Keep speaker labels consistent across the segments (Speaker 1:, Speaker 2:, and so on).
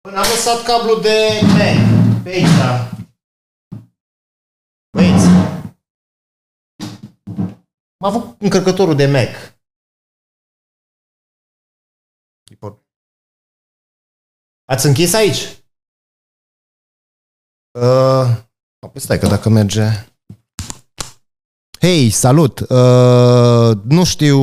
Speaker 1: Am lăsat cablu de main pe aici, da. Băieți. M-a avut încărcătorul de Mac. Îi por- Ați închis aici? Uh, apoi stai că dacă merge... Hei, salut! Uh, nu știu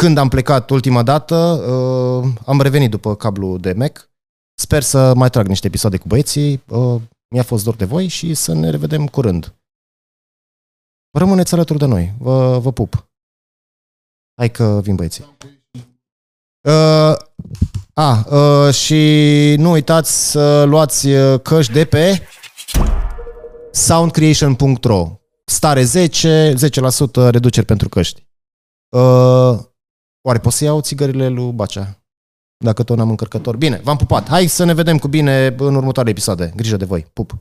Speaker 1: când am plecat ultima dată, uh, am revenit după cablu de Mac. Sper să mai trag niște episoade cu băieții. Uh, mi-a fost dor de voi și să ne revedem curând. Rămâneți alături de noi. Vă, vă pup. Hai că vin băieții. Uh, a, uh, și nu uitați să luați uh, căști de pe soundcreation.ro Stare 10, 10% reduceri pentru căști. Uh, oare pot să iau țigările lui Bacea? Dacă tot n-am încărcător. Bine, v-am pupat. Hai să ne vedem cu bine în următoarele episoade. Grijă de voi. Pup!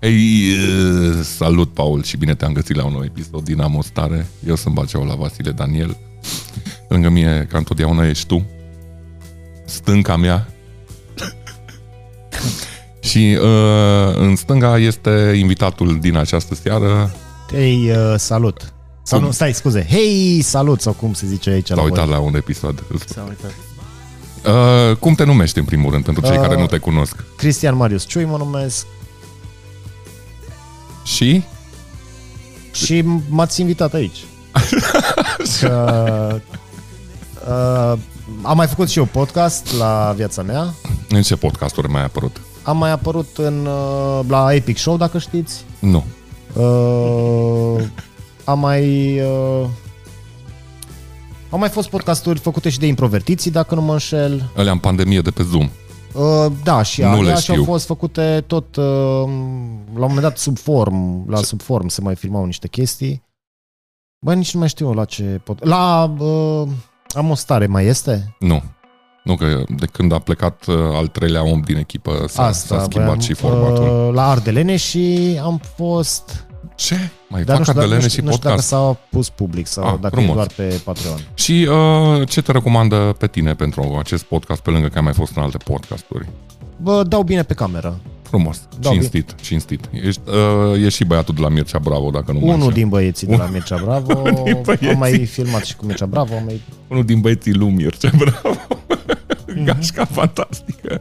Speaker 2: Ei, e, salut, Paul, și bine te-am găsit la un nou episod din Amostare. Eu sunt Baceau la Vasile Daniel. Lângă mine, ca întotdeauna, ești tu. Stânca mea. și uh, în stânga este invitatul din această seară.
Speaker 1: Hei, uh, salut! Sau
Speaker 2: Cum?
Speaker 1: nu, stai, scuze. Hei, salut! Sau cum se zice aici
Speaker 2: L-a
Speaker 1: la
Speaker 2: uitat
Speaker 1: voi?
Speaker 2: la un episod.
Speaker 3: S-a uitat.
Speaker 2: Uh, cum te numești, în primul rând, pentru cei
Speaker 1: Uh.
Speaker 2: care nu te cunosc?
Speaker 1: Cristian Marius Ciui mă numesc
Speaker 2: Și?
Speaker 1: și m-ați invitat aici. Că, uh, am mai făcut și eu podcast la viața mea.
Speaker 2: În ce podcasturi mai ai apărut?
Speaker 1: Am mai apărut în, uh, la Epic Show, dacă știți.
Speaker 2: Nu.
Speaker 1: Uh, am mai... Uh, au mai fost podcasturi făcute și de improvertiții, dacă nu mă înșel.
Speaker 2: Alea în pandemie de pe Zoom.
Speaker 1: Uh, da, și
Speaker 2: Nu
Speaker 1: alea
Speaker 2: le
Speaker 1: și au
Speaker 2: știu.
Speaker 1: fost făcute tot uh, la un moment dat sub form, la sub form se mai filmau niște chestii. Bă, nici nu mai știu la ce pot... La... Uh, am o stare, mai este?
Speaker 2: Nu. Nu, că de când a plecat uh, al treilea om din echipă s-a, s-a schimbat
Speaker 1: voiam,
Speaker 2: și formatul. Uh,
Speaker 1: Uh, la Ardelene și am fost...
Speaker 2: ce? Mai
Speaker 1: Dar nu știu, dacă,
Speaker 2: fac
Speaker 1: nu
Speaker 2: Ardelene
Speaker 1: știu,
Speaker 2: și
Speaker 1: nu știu dacă
Speaker 2: podcast?
Speaker 1: s-a pus public sau
Speaker 2: Ah,
Speaker 1: dacă
Speaker 2: frumos.
Speaker 1: e doar pe Patreon.
Speaker 2: Și uh, ce te recomandă pe tine pentru acest podcast, pe lângă că ai mai fost în alte podcasturi?
Speaker 1: Bă, dau bine pe cameră.
Speaker 2: Frumos,
Speaker 1: Da,
Speaker 2: cinstit, cinstit. Ești, uh, ești și băiatul de la Mircea Bravo, dacă nu mă
Speaker 1: Unul
Speaker 2: înșel.
Speaker 1: din băieții de la Mircea Bravo.
Speaker 2: din băieții.
Speaker 1: Am mai filmat și cu Mircea Bravo. Am mai...
Speaker 2: Unul din băieții lui Mircea Bravo.
Speaker 1: Mhm.
Speaker 2: Gașca fantastică.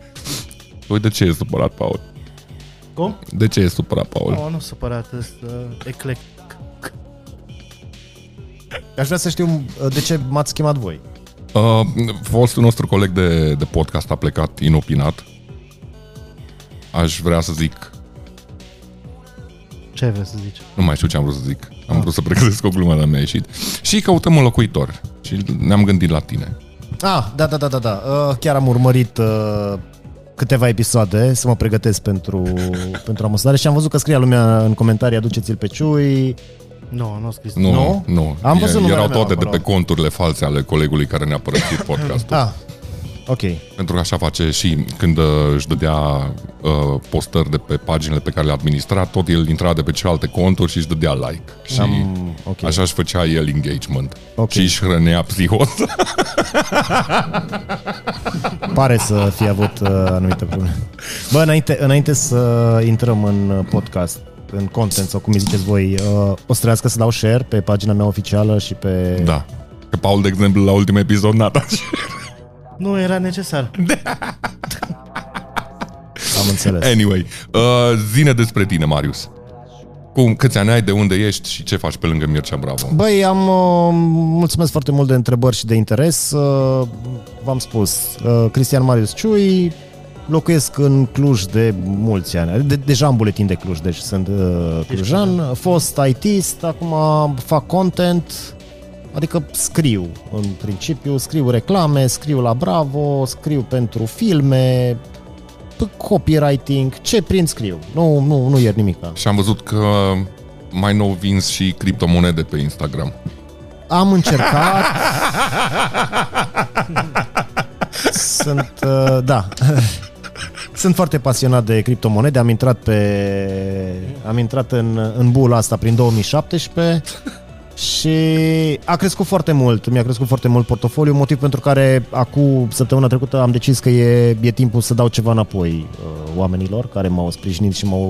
Speaker 2: Păi de ce e supărat, Paul?
Speaker 3: Cum?
Speaker 2: De ce e supărat, Paul?
Speaker 3: Oh, Nu, nu supărat, ăsta eclectic.
Speaker 1: Aș vrea să știu uh, de ce m-ați chemat voi.
Speaker 2: Uh, fostul nostru coleg de, de podcast a plecat inopinat. Aș vrea să zic,
Speaker 3: Ce ai vrea să zici?
Speaker 2: nu mai știu ce am vrut să zic.
Speaker 1: Ah.
Speaker 2: Am vrut să pregătesc o glumă, dar mi-a ieșit. Și căutăm un locuitor. Și ne-am gândit la tine.
Speaker 1: Ah, da, da, da, da, da. Uh, Chiar am urmărit uh, câteva episoade să mă pregătesc pentru, pentru amuzare și am văzut că scria lumea în comentarii aduceți-l pe Ciui.
Speaker 3: Nu, nu a scris.
Speaker 2: Nu,
Speaker 1: Nu?
Speaker 2: nu. nu.
Speaker 1: Am văzut numele
Speaker 2: Erau
Speaker 1: meu
Speaker 2: toate de
Speaker 1: acolo.
Speaker 2: pe conturile false ale colegului care ne-a părăsit podcastul.
Speaker 1: Ah, ok.
Speaker 2: Pentru că așa face și când uh, își dădea uh, postări de pe paginile pe care le administra, tot el intra de pe celelalte conturi și își dădea like. Și
Speaker 1: Am, ok.
Speaker 2: Așa își făcea el engagement.
Speaker 1: Ok.
Speaker 2: Și își hrănea psihoza.
Speaker 1: Pare să fi avut uh, anumite probleme. Bă, înainte, înainte să intrăm în uh, podcast, în content sau cum îi ziceți voi, uh, o să trească să dau share pe pagina mea oficială și pe...
Speaker 2: Da. Că Paul, de exemplu, la ultimul episod n-a dat.
Speaker 3: Nu era necesar.
Speaker 1: Am înțeles.
Speaker 2: Anyway, uh, zine despre tine, Marius. Cum, câți ani ai, de unde ești și ce faci pe lângă Mircea Bravo?
Speaker 1: Băi, am uh, mulțumesc foarte mult de întrebări și de interes. Uh, v-am spus, uh, Cristian Marius Ciui, locuiesc în Cluj de mulți ani. De- deja am buletin de Cluj, deci sunt uh, clujan. Fost ITist, acum fac content, adică scriu în principiu, scriu reclame, scriu la Bravo, scriu pentru filme, p- copywriting, ce prind scriu. Nu, nu, nu iert nimic. da.
Speaker 2: Și am văzut că mai nou vinzi și criptomonede pe Instagram.
Speaker 1: Am încercat. Sunt, uh, da. Sunt foarte pasionat de criptomonede, am intrat pe am intrat în, în bula asta prin 2017 și a crescut foarte mult, mi-a crescut foarte mult portofoliul, motiv pentru care acum săptămâna trecută am decis că e, e timpul să dau ceva înapoi uh, oamenilor care m-au sprijinit și m-au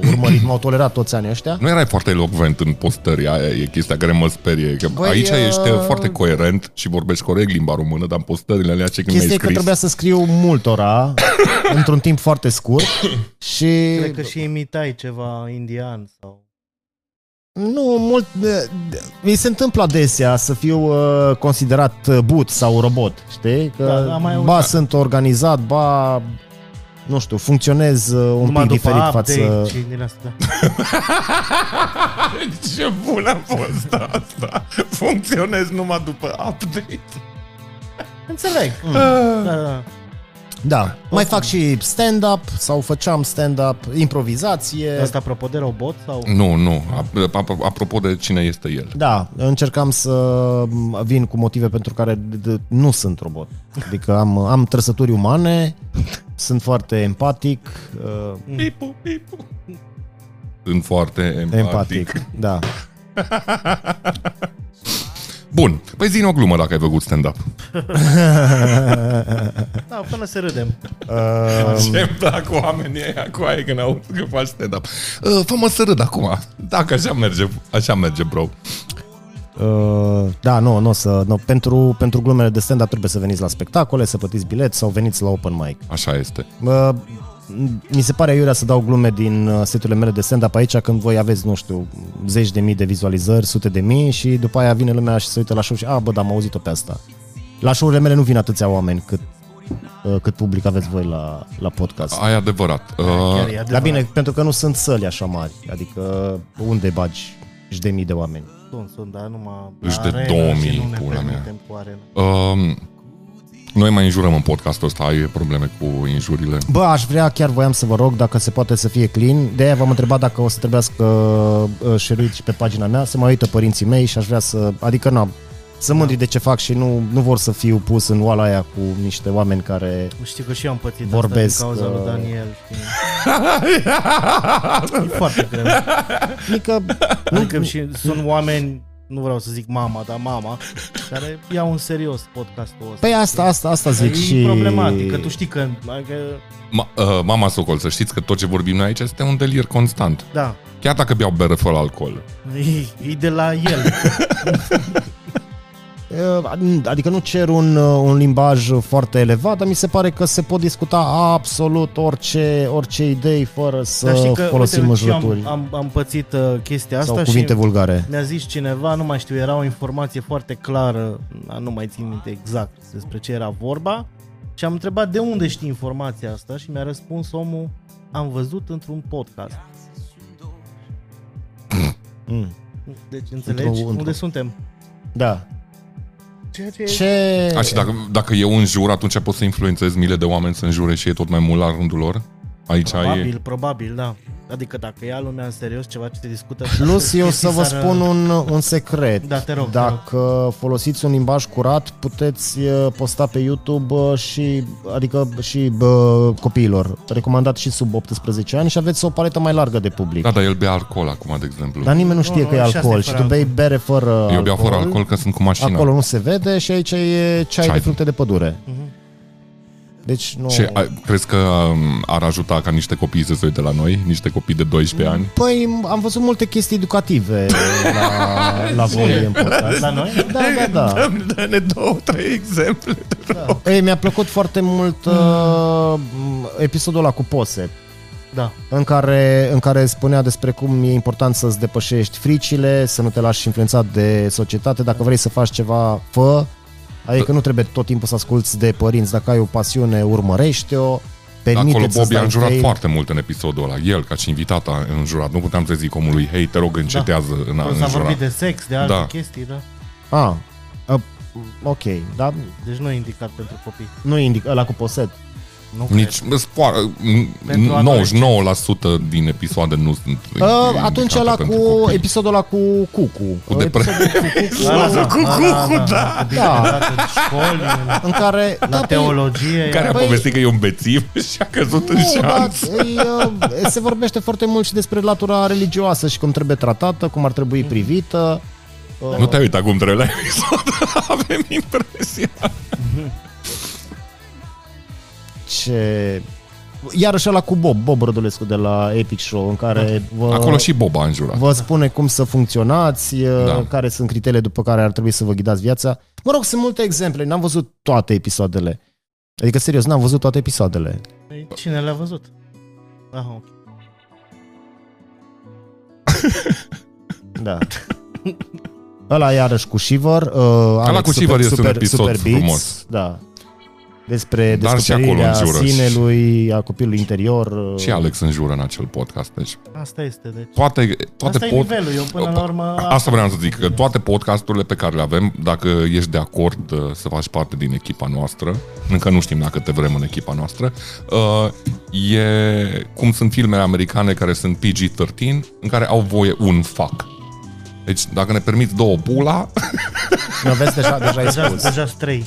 Speaker 1: uh, urmărit, m-au tolerat toți anii ăștia.
Speaker 2: Nu erai foarte elocvent în postări, aia e chestia care mă sperie. Că
Speaker 1: Băi,
Speaker 2: aici
Speaker 1: uh,
Speaker 2: ești foarte coerent și vorbești corect limba română, dar în postările alea ce când mi-ai
Speaker 1: Chestia e că
Speaker 2: scris...
Speaker 1: trebuia să scriu multora într-un timp foarte scurt și...
Speaker 3: Cred că și imitai ceva indian sau...
Speaker 1: Nu, mult... de- de- Mi se întâmplă adesea să fiu uh, considerat uh, but sau robot, știi? Că
Speaker 3: Da, am mai
Speaker 1: ba
Speaker 3: auzit.
Speaker 1: sunt organizat, ba... Nu știu, funcționez uh, un
Speaker 3: Numai
Speaker 1: pic
Speaker 3: după
Speaker 1: diferit
Speaker 3: update
Speaker 1: față...
Speaker 3: și din Da. asta.
Speaker 2: Ce bun a fost asta! Funcționez numai după update.
Speaker 3: Înțeleg. Da, da.
Speaker 1: Da, mai fac și stand-up sau făceam stand-up, improvizație.
Speaker 3: Asta apropo de robot sau...
Speaker 1: Mm.
Speaker 2: Nu, nu. Ap- ap- Apropo de cine este el.
Speaker 1: Da, încercam să vin cu motive pentru care d- d- nu sunt robot. Adică am, am trăsături umane, sunt foarte empatic, uh,
Speaker 2: Pipu, pipu. Sunt foarte empatic.
Speaker 1: empatic, da.
Speaker 2: Bun. Păi zi o glumă dacă ai făcut stand-up.
Speaker 3: Da, până să râdem.
Speaker 1: Uh,
Speaker 2: Ce îmi plac oamenii ăia cu aia când au că faci stand-up. Uh, Fă-mă să râd acum. Dacă așa merge, așa merge, bro.
Speaker 1: Uh, da, nu, nu o să, nu. Pentru, pentru glumele de stand-up trebuie să veniți la spectacole, să plătiți bilet sau veniți la open mic.
Speaker 2: Așa este.
Speaker 1: Uh, mi se pare aiurea să dau glume din uh, seturile mele de stand-up aici când voi aveți, nu știu, zeci de mii de vizualizări, sute de mii și după aia vine lumea și se uită la show și a, bă, da, am auzit-o pe asta. La show-urile mele nu vin atâția oameni cât, uh, cât public aveți voi la, la podcast.
Speaker 2: Ai adevărat. Uh,
Speaker 3: Chiar e
Speaker 1: Dar
Speaker 3: adevărat.
Speaker 1: bine, pentru că nu sunt săli așa mari, adică unde bagi și de mii de oameni?
Speaker 3: Sunt, sunt, dar numai...
Speaker 2: Își
Speaker 3: la
Speaker 2: dă
Speaker 3: arena
Speaker 2: 2000,
Speaker 3: și nu ne
Speaker 2: pula mea.
Speaker 3: permitem Cu arena.
Speaker 2: Um, noi mai înjurăm în podcastul ăsta, ai probleme cu injurile.
Speaker 1: Bă, aș vrea, chiar voiam să vă rog dacă se poate să fie clean. De aia v-am întrebat dacă o să trebuiască uh, share și pe pagina mea. Se mai uită părinții mei și aș vrea să... Adică, na,
Speaker 3: Da.
Speaker 1: să mândri de ce fac și nu, nu vor să fiu pus în oala aia cu niște oameni care...
Speaker 3: Știi că și eu am pățit
Speaker 1: Vorbesc,
Speaker 3: asta din cauza
Speaker 1: uh,
Speaker 3: lui Daniel. Știi? e foarte greu.
Speaker 1: Adică,
Speaker 3: Adică și sunt oameni, nu vreau să zic mama, dar mama, care iau în serios podcastul ăsta.
Speaker 1: pe Păi asta, asta, asta
Speaker 3: Dar
Speaker 1: zic
Speaker 3: e
Speaker 1: și...
Speaker 3: problematic, că tu știi că... Adică,
Speaker 2: Ma, uh, mama Socol, să știți că tot ce vorbim noi aici este un delir constant.
Speaker 3: da,
Speaker 2: Chiar dacă beau bere fără alcool.
Speaker 3: e, e de la el.
Speaker 1: Uh, Adică nu cer un, uh, un limbaj foarte elevat, dar mi se pare că se pot discuta absolut orice, orice idei fără
Speaker 3: Dar
Speaker 1: să
Speaker 3: știi că,
Speaker 1: folosim
Speaker 3: uite, și eu
Speaker 1: înjurături
Speaker 3: am, am, am pățit uh, chestia
Speaker 1: sau
Speaker 3: asta
Speaker 1: cuvinte
Speaker 3: și
Speaker 1: vulgare.
Speaker 3: ne-a zis cineva, nu mai știu, era o informație foarte clară, a, nu mai țin minte exact despre ce era vorba, și am întrebat de unde știi informația asta și mi-a răspuns omul, am văzut într-un podcast.
Speaker 1: Mm.
Speaker 3: Deci înțelegi
Speaker 1: Într-o- într-o-
Speaker 3: unde suntem.
Speaker 1: Da.
Speaker 3: Ceea ce,
Speaker 1: Ce...
Speaker 2: A, Ah, și dacă, dacă eu înjur, atunci pot să influențez mile de oameni să înjure și e tot mai mult la rândul lor. Aici
Speaker 3: Probabil,
Speaker 2: e...
Speaker 3: probabil, da. Adică dacă ia lumea în serios ceva ce se discută...
Speaker 1: Plus eu să vă
Speaker 3: s-ar-
Speaker 1: spun un, un secret.
Speaker 3: Da, te rog,
Speaker 1: Dacă folosiți un limbaj curat, puteți uh, posta pe YouTube uh, și adică și bă, copiilor, recomandat și sub 18 ani și aveți o paletă mai largă de public.
Speaker 2: Da, dar el bea alcool acum, de exemplu.
Speaker 1: Dar nimeni nu știe
Speaker 3: nu,
Speaker 1: că e
Speaker 3: și asta e
Speaker 1: alcool și
Speaker 3: fără
Speaker 1: tu bei bere fără
Speaker 2: eu beau fără alcool că sunt cu mașina.
Speaker 1: Acolo nu se vede și aici e ceai,
Speaker 2: Ceai.
Speaker 1: de fructe de pădure.
Speaker 3: Mhm.
Speaker 1: Deci nu...
Speaker 2: Ce, a, crezi că um, ar ajuta ca niște copii să se uite la noi? Niște copii de 12 ani?
Speaker 1: Păi am văzut multe chestii educative la, la voi în podcast.
Speaker 3: uh, La noi?
Speaker 1: Da, da, da.
Speaker 2: Dă-ne două, trei exemple. Da.
Speaker 1: Ei, mi-a plăcut foarte mult uh,
Speaker 2: Mm.
Speaker 1: episodul ăla cu pose,
Speaker 3: Da.
Speaker 1: în care, în care spunea despre cum e important să-ți depășești fricile, să nu te lași influențat de societate, dacă vrei să faci ceva, fă. Adică nu trebuie tot timpul să asculți de părinți, dacă ai o pasiune, urmărește-o.
Speaker 2: Acolo
Speaker 1: Permite
Speaker 2: Bobby a înjurat foarte mult în episodul ăla. El, ca și invitat, a înjurat. Nu puteam să zic omului, hei, te rog, încetează da. în a
Speaker 3: Plus S-a
Speaker 2: înjura.
Speaker 3: vorbit de sex, de alte
Speaker 2: Da.
Speaker 3: da. chestii, da.
Speaker 1: A, a, Ah, uh, ok, da? dar
Speaker 3: Deci nu e indicat pentru copii.
Speaker 1: nu indic, ăla cu poset.
Speaker 3: Nu cred.
Speaker 2: Nici, spo-
Speaker 3: Pentru
Speaker 2: 99% din episoade nu sunt
Speaker 1: Uh, atunci
Speaker 2: indicate
Speaker 1: la cu
Speaker 2: pentru copii.
Speaker 1: episodul ăla cu Cucu.
Speaker 2: Cu depre-
Speaker 1: Episodul cu Cucu,
Speaker 3: da,
Speaker 2: cu cucu, da.
Speaker 3: Da. În școli, în-
Speaker 1: în care...
Speaker 3: la teologie.
Speaker 2: Care a
Speaker 1: Păi-
Speaker 2: povestit că e un bețiv și a căzut în
Speaker 1: Nu, da,
Speaker 2: șanț.
Speaker 1: îi, uh, se vorbește foarte mult și despre latura religioasă și cum trebuie tratată, cum ar trebui privită.
Speaker 2: Nu te-ai uitat cum trebuie la episod. Avem impresia.
Speaker 1: Ce... Iarăși la cu Bob, Bob Rădulescu de la Epic Show, în care vă,
Speaker 2: Da. Acolo și Boba în jura.
Speaker 1: vă spune cum să funcționați, uh,
Speaker 2: Da.
Speaker 1: care sunt criteriile după care ar trebui să vă ghidați viața. Mă rog, sunt multe exemple, n-am văzut toate episoadele. Adică, serios, n-am văzut toate episoadele.
Speaker 3: Păi, Cine l-a văzut? Aha, ok.
Speaker 1: Da. Ăla iarăși cu Shiver. Uh, Alex,
Speaker 2: cu
Speaker 1: super,
Speaker 2: Shiver este un
Speaker 1: super,
Speaker 2: episod
Speaker 1: super Beats,
Speaker 2: frumos.
Speaker 1: Da. Despre
Speaker 2: Dar și
Speaker 1: descoperirea
Speaker 2: acolo înjură și-
Speaker 1: sinelui, a copilului interior. uh,
Speaker 2: Și Alex în jură în acel podcast. Deci
Speaker 3: Asta este, deci.
Speaker 2: toate, toate
Speaker 3: Asta e
Speaker 2: pot...
Speaker 3: nivelul, eu până la urmă...
Speaker 2: Asta vreau să zic, că toate podcasturile pe care le avem, dacă ești de acord uh, să faci parte din echipa noastră, încă nu știm dacă te vrem în echipa noastră, uh, e cum sunt filmele americane care sunt PG-13, în care au voie un fac. Deci dacă ne permiți două pula,
Speaker 1: Nu vezi, deja, deja ai
Speaker 3: Deja,
Speaker 1: spus.
Speaker 3: deja 3.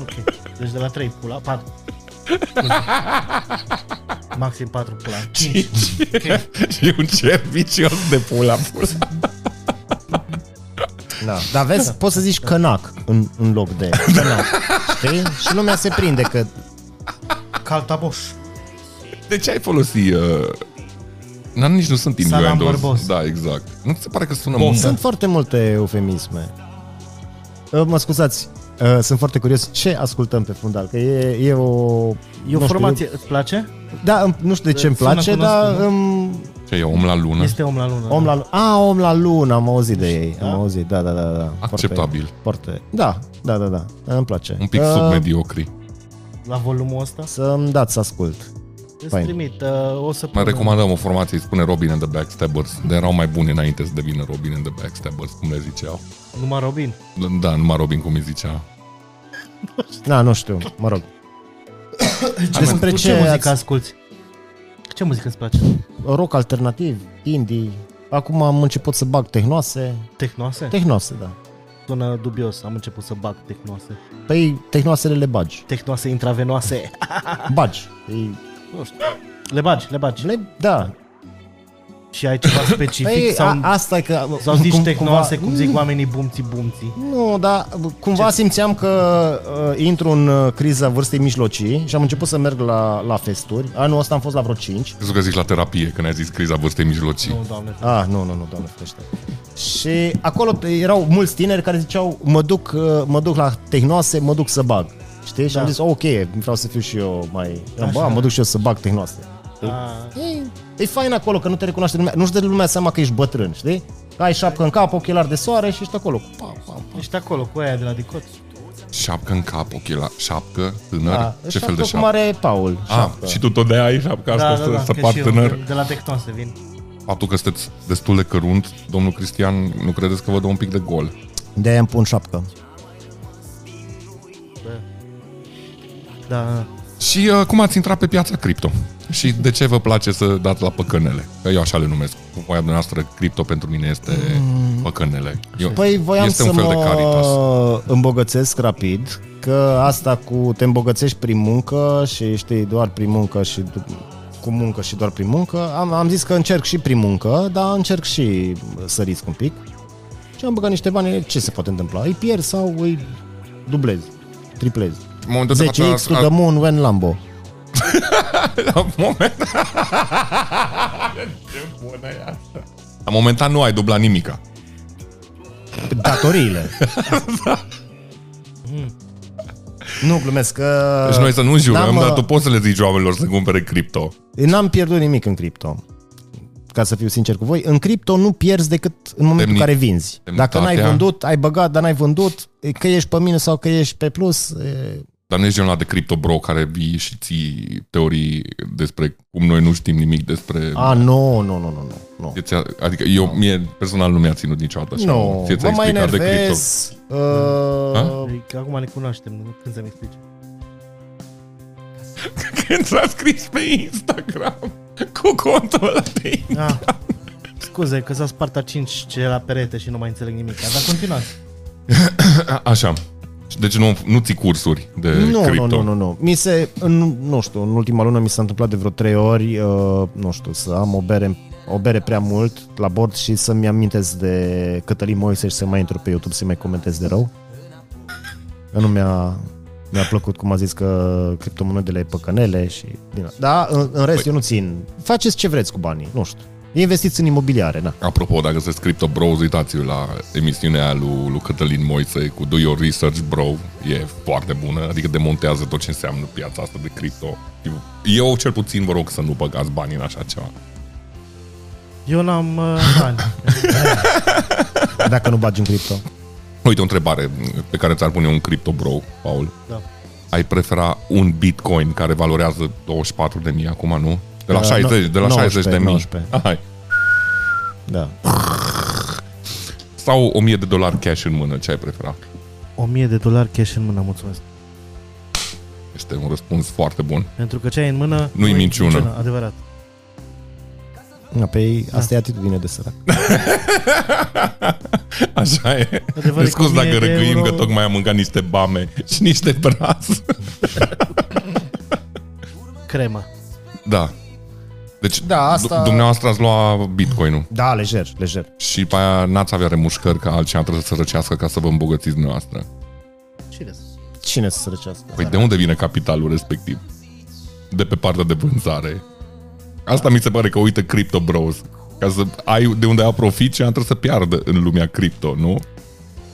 Speaker 3: Ok. Deci de la 3 pula, 4. Maxim 4 pula. 5.
Speaker 2: e un cer vicios de pula. pula.
Speaker 1: Da. Dar vezi, poți să zici cănac în, în loc de cănac. Știi? Și lumea se prinde că
Speaker 2: Da.
Speaker 3: Caltaboș.
Speaker 2: De ce ai folosit... Uh, na, nici nu sunt
Speaker 3: Salam
Speaker 2: innuendos.
Speaker 3: bărbos.
Speaker 2: Da, exact. Nu ți se pare că sună mult?
Speaker 1: sunt foarte multe eufemisme. Uh, Mă scuzați, uh, sunt foarte curios ce ascultăm pe fundal, că e, e o...
Speaker 3: E
Speaker 1: nu
Speaker 3: o
Speaker 1: știu,
Speaker 3: formație, îți place?
Speaker 1: Da, îmi- nu știu de ce îmi
Speaker 3: Sună
Speaker 1: place,
Speaker 3: cunoscut,
Speaker 1: dar
Speaker 3: nu?
Speaker 1: îmi,
Speaker 2: Ce e, om la lună?
Speaker 3: Este om la lună.
Speaker 1: Da. Om la lună. A, om la lună, am auzit de ei. Am
Speaker 3: Da?
Speaker 1: auzit, da, da, da. da.
Speaker 2: Acceptabil.
Speaker 1: Foarte, foarte. Da, da, da, da. Îmi place.
Speaker 2: Un pic
Speaker 1: Uh,
Speaker 2: submediocri.
Speaker 3: La volumul ăsta.
Speaker 1: Să-mi dați să ascult.
Speaker 3: Îți
Speaker 1: Fain.
Speaker 3: trimit. Uh, o să
Speaker 2: Mai recomandăm o formație, îi spune Robin and the Backstabbers. Dar erau mai buni înainte să devină Robin and the Backstabbers, cum le ziceau.
Speaker 3: Numai Robin.
Speaker 2: Da, numai Robin cum îi zicea.
Speaker 1: Da, nu știu, mă rog. Despre
Speaker 3: Tu
Speaker 1: ce,
Speaker 3: ce muzică
Speaker 1: ați-
Speaker 3: asculti? Ce muzică îți place?
Speaker 1: Rock alternativ, indie. Acum am început să bag tehnoase.
Speaker 3: Tehnoase?
Speaker 1: Tehnoase, da.
Speaker 3: Sună dubios, am început să bag tehnoase.
Speaker 1: Păi tehnoasele le bagi.
Speaker 3: Tehnoase intravenoase.
Speaker 1: Bagi. Ei,
Speaker 3: Nu știu. Le bagi, le bagi.
Speaker 1: Le, da.
Speaker 3: Și ai ceva specific
Speaker 1: Păi,
Speaker 3: sau,
Speaker 1: a, asta e că...
Speaker 3: sau zici
Speaker 1: cum-
Speaker 3: tehnoase,
Speaker 1: cumva-
Speaker 3: cum zic oamenii bumții bumții.
Speaker 1: Nu, dar cumva simțeam că uh, intru în uh, criza vârstei mijlocii și am început să merg la, la festuri. Anul ăsta am fost la vreo 5.
Speaker 2: Crezi că zici la terapie când ai zis criza vârstei mijlocii.
Speaker 3: Nu, doamne. da.
Speaker 1: Ah, nu, nu, nu, doamne ferește. Și acolo erau mulți tineri care ziceau, mă duc, uh, mă duc la tehnoase, mă duc să bag. Știi? Și da. am
Speaker 3: Da.
Speaker 1: zis, ok, vreau să fiu și eu mai...
Speaker 3: Așa.
Speaker 1: Bă, mă duc și eu să bag tehnoase.
Speaker 3: A,
Speaker 2: Ah.
Speaker 1: E, e fain acolo că nu te recunoaște lumea, nu-și dă lumea seama că ești bătrân, știi? Că ai șapcă în cap, ochelari de soare și ești acolo. Pa, pa, pa.
Speaker 3: ești acolo cu aia de la Dicot.
Speaker 2: Șapcă în cap, ochi la șapcă, tânăr.
Speaker 1: Da,
Speaker 2: ce fel de
Speaker 1: cum
Speaker 2: șapcă?
Speaker 1: are Paul.
Speaker 2: Ah, și tu tot de ai șapca asta să, să
Speaker 3: Da, că
Speaker 2: par
Speaker 3: și eu
Speaker 2: tânăr.
Speaker 3: de la Tecnoase vin.
Speaker 2: Faptul că sunteți destul de cărunt, domnul Cristian, nu credeți că vă dă un pic de gol?
Speaker 1: De aia îmi pun șapcă.
Speaker 3: Da,
Speaker 2: Și uh, cum ați intrat pe piața cripto? Și de ce vă place să dați la păcănele? Că eu așa le numesc. Cu voia dumneavoastră, cripto pentru mine este păcănele. Eu,
Speaker 1: Mm. Păi voiam
Speaker 2: este
Speaker 1: să
Speaker 2: un fel
Speaker 1: mă
Speaker 2: de caritas.
Speaker 1: îmbogățesc rapid, că asta cu te îmbogățești prin muncă și știi, doar prin muncă și du- cu muncă și doar prin muncă, am, am zis că încerc și prin muncă, dar încerc și să risc un pic. Și am băgat niște bani, ce se poate întâmpla? Îi pierd sau îi dublez, triplez.
Speaker 2: În momentul de
Speaker 1: 10x
Speaker 2: față,
Speaker 1: to the moon when Lambo.
Speaker 2: la moment... Ce bună e asta. La momentan nu ai dublat nimica.
Speaker 1: Datoriile.
Speaker 2: Da.
Speaker 1: Hmm. Nu glumesc că...
Speaker 2: Deci noi să nu jurăm,
Speaker 1: n-am,
Speaker 2: dar
Speaker 1: uh,
Speaker 2: tu poți să le zici oamenilor să cumpere cripto.
Speaker 1: N-am pierdut nimic în cripto. Ca să fiu sincer cu voi, în cripto nu pierzi decât în momentul în
Speaker 2: Demni-
Speaker 1: care vinzi. Dacă
Speaker 2: demnitatea.
Speaker 1: n-ai vândut, ai băgat, dar n-ai vândut, e, că ești pe minus sau că ești pe plus, e,
Speaker 2: Dar nu ești genul ăla de cripto bro care vii și ții teorii despre cum noi nu știm nimic despre...
Speaker 1: a, nu, nu, nu, nu, nu, nu.
Speaker 2: Ție ți-a- Adică eu, mie personal nu mi-a ținut niciodată așa.
Speaker 1: Nu,
Speaker 2: Ție ți-a
Speaker 1: mă mai
Speaker 2: explicat de cripto.
Speaker 1: enervez. Uh,
Speaker 2: Ha?
Speaker 3: că acum ne cunoaștem, nu? când să-mi explici.
Speaker 2: Când s-a scris pe Instagram cu contul ăla de
Speaker 3: Ah. Scuze că s-a spart a 5 ce la perete și nu mai înțeleg nimic. Dar continuați.
Speaker 2: A- Așa. Deci nu, nu ții cursuri de
Speaker 1: Nu,
Speaker 2: cripto.
Speaker 1: nu, nu, nu, nu. Mi se, nu, nu știu, în ultima lună mi s-a întâmplat de vreo trei ori, uh, nu știu, să am o bere, o bere prea mult la bord și să-mi amintesc de Cătălin Moise și să mai intru pe YouTube să mai comentez de rău. Că Nu mi-a, mi-a plăcut cum a zis că criptomonedele e păcănele și... din- Da, în, în rest eu nu țin. Faceți ce vreți cu banii, nu știu. Investiți în imobiliare, da.
Speaker 2: Apropo, dacă se cripto bro, uitați la emisiunea aia lui, lui Cătălin Moise cu Do Your Research Bro. E foarte bună, adică demontează tot ce înseamnă piața asta de cripto. Eu cel puțin vă rog să nu băgați bani în așa ceva.
Speaker 3: Eu n-am uh, bani.
Speaker 1: Dacă nu bagi în cripto.
Speaker 2: Uite o întrebare pe care ți-ar pune un cripto bro, Paul.
Speaker 3: Da.
Speaker 2: Ai prefera un bitcoin care valorează 24.000 acum, nu? De la
Speaker 1: Uh,
Speaker 2: 60, de la
Speaker 1: 19,
Speaker 2: 60 de mii.
Speaker 1: 19.
Speaker 2: Hai.
Speaker 1: Da.
Speaker 2: Sau 1000 de dolari cash în mână, ce ai prefera?
Speaker 3: 1000 de dolari cash în mână, mulțumesc.
Speaker 2: Este un răspuns foarte bun.
Speaker 3: Pentru că ce ai în mână...
Speaker 2: Nu-i minciună.
Speaker 3: Adevărat.
Speaker 1: Da, pe asta e atitudine de sărac.
Speaker 2: Așa e.
Speaker 3: Adevărat,
Speaker 2: Ne scuz
Speaker 3: cu
Speaker 2: dacă
Speaker 3: 1000 de
Speaker 2: răgâim
Speaker 3: euro-
Speaker 2: că tocmai am mâncat niște bame și niște braz.
Speaker 3: Crema.
Speaker 2: Da. Deci,
Speaker 1: Da, asta-
Speaker 2: d- dumneavoastră ați luat bitcoin-ul
Speaker 1: Da, lejer, lejer.
Speaker 2: și pe aia n-ați avea remușcări ca altcineva trebuie să se răcească ca să vă îmbogățiți dumneavoastră.
Speaker 3: Și rest.
Speaker 1: Cine să sărăcească?
Speaker 2: Păi de unde vine capitalul respectiv? De pe partea de vânzare. Asta mi se pare că uită Crypto Bros. Ca să ai de unde ai profit și trebuie să piardă în lumea cripto, nu?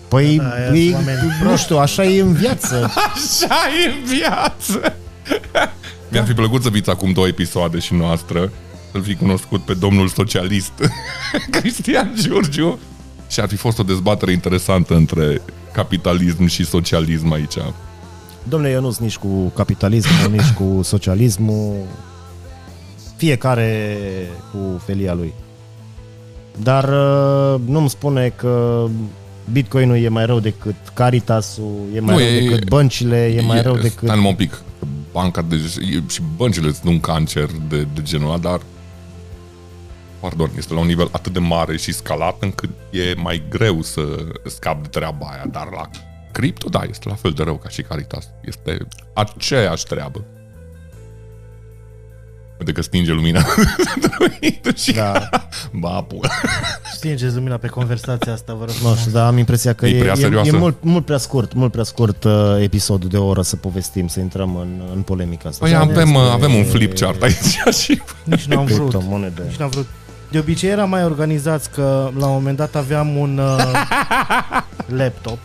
Speaker 1: Păi,
Speaker 3: Da, aia
Speaker 1: e,
Speaker 3: sunt oameni
Speaker 1: nu știu, așa e în viață.
Speaker 2: Așa e în viață! Mi-ar fi plăcut să fiți acum două episoade și noastră, să-l fi cunoscut pe domnul socialist Cristian Giurgiu și ar fi fost o dezbatere interesantă între capitalism și socialism aici.
Speaker 1: Domnule, eu nu sunt nici cu capitalismul, nici cu socialismul. Fiecare cu felia lui. Dar uh, nu-mi spune că Bitcoinul e mai rău decât Caritasul, e mai
Speaker 2: Nu,
Speaker 1: rău
Speaker 2: e-
Speaker 1: decât băncile, e mai rău decât...
Speaker 2: Stai numai un pic. Banca de, e- și băncile sunt un cancer de, de genul ăla, dar pardon, este la un nivel atât de mare și scalat încât e mai greu să scap de treaba aia, dar la cripto, da, este la fel de rău ca și Caritas. Este aceeași treabă. Uite că stinge lumina. și da.
Speaker 1: Da,
Speaker 2: Ba, pula.
Speaker 3: Stingeți lumina pe conversația asta, vă rog.
Speaker 1: nu știu, dar am impresia că
Speaker 2: E
Speaker 1: e,
Speaker 2: prea
Speaker 1: e, e,
Speaker 2: serioasă.
Speaker 1: mult, mult prea scurt, mult prea scurt uh, episodul de o oră să povestim, să intrăm în, în polemica asta.
Speaker 2: Păi
Speaker 1: Să
Speaker 2: avem,
Speaker 1: vorbim
Speaker 2: avem un
Speaker 1: despre
Speaker 2: flip chart aici și...
Speaker 3: Nici nu am vrut.
Speaker 1: criptomonede.
Speaker 3: Nici n-am vrut. De obicei eram mai organizați că la un moment dat aveam un uh, laptop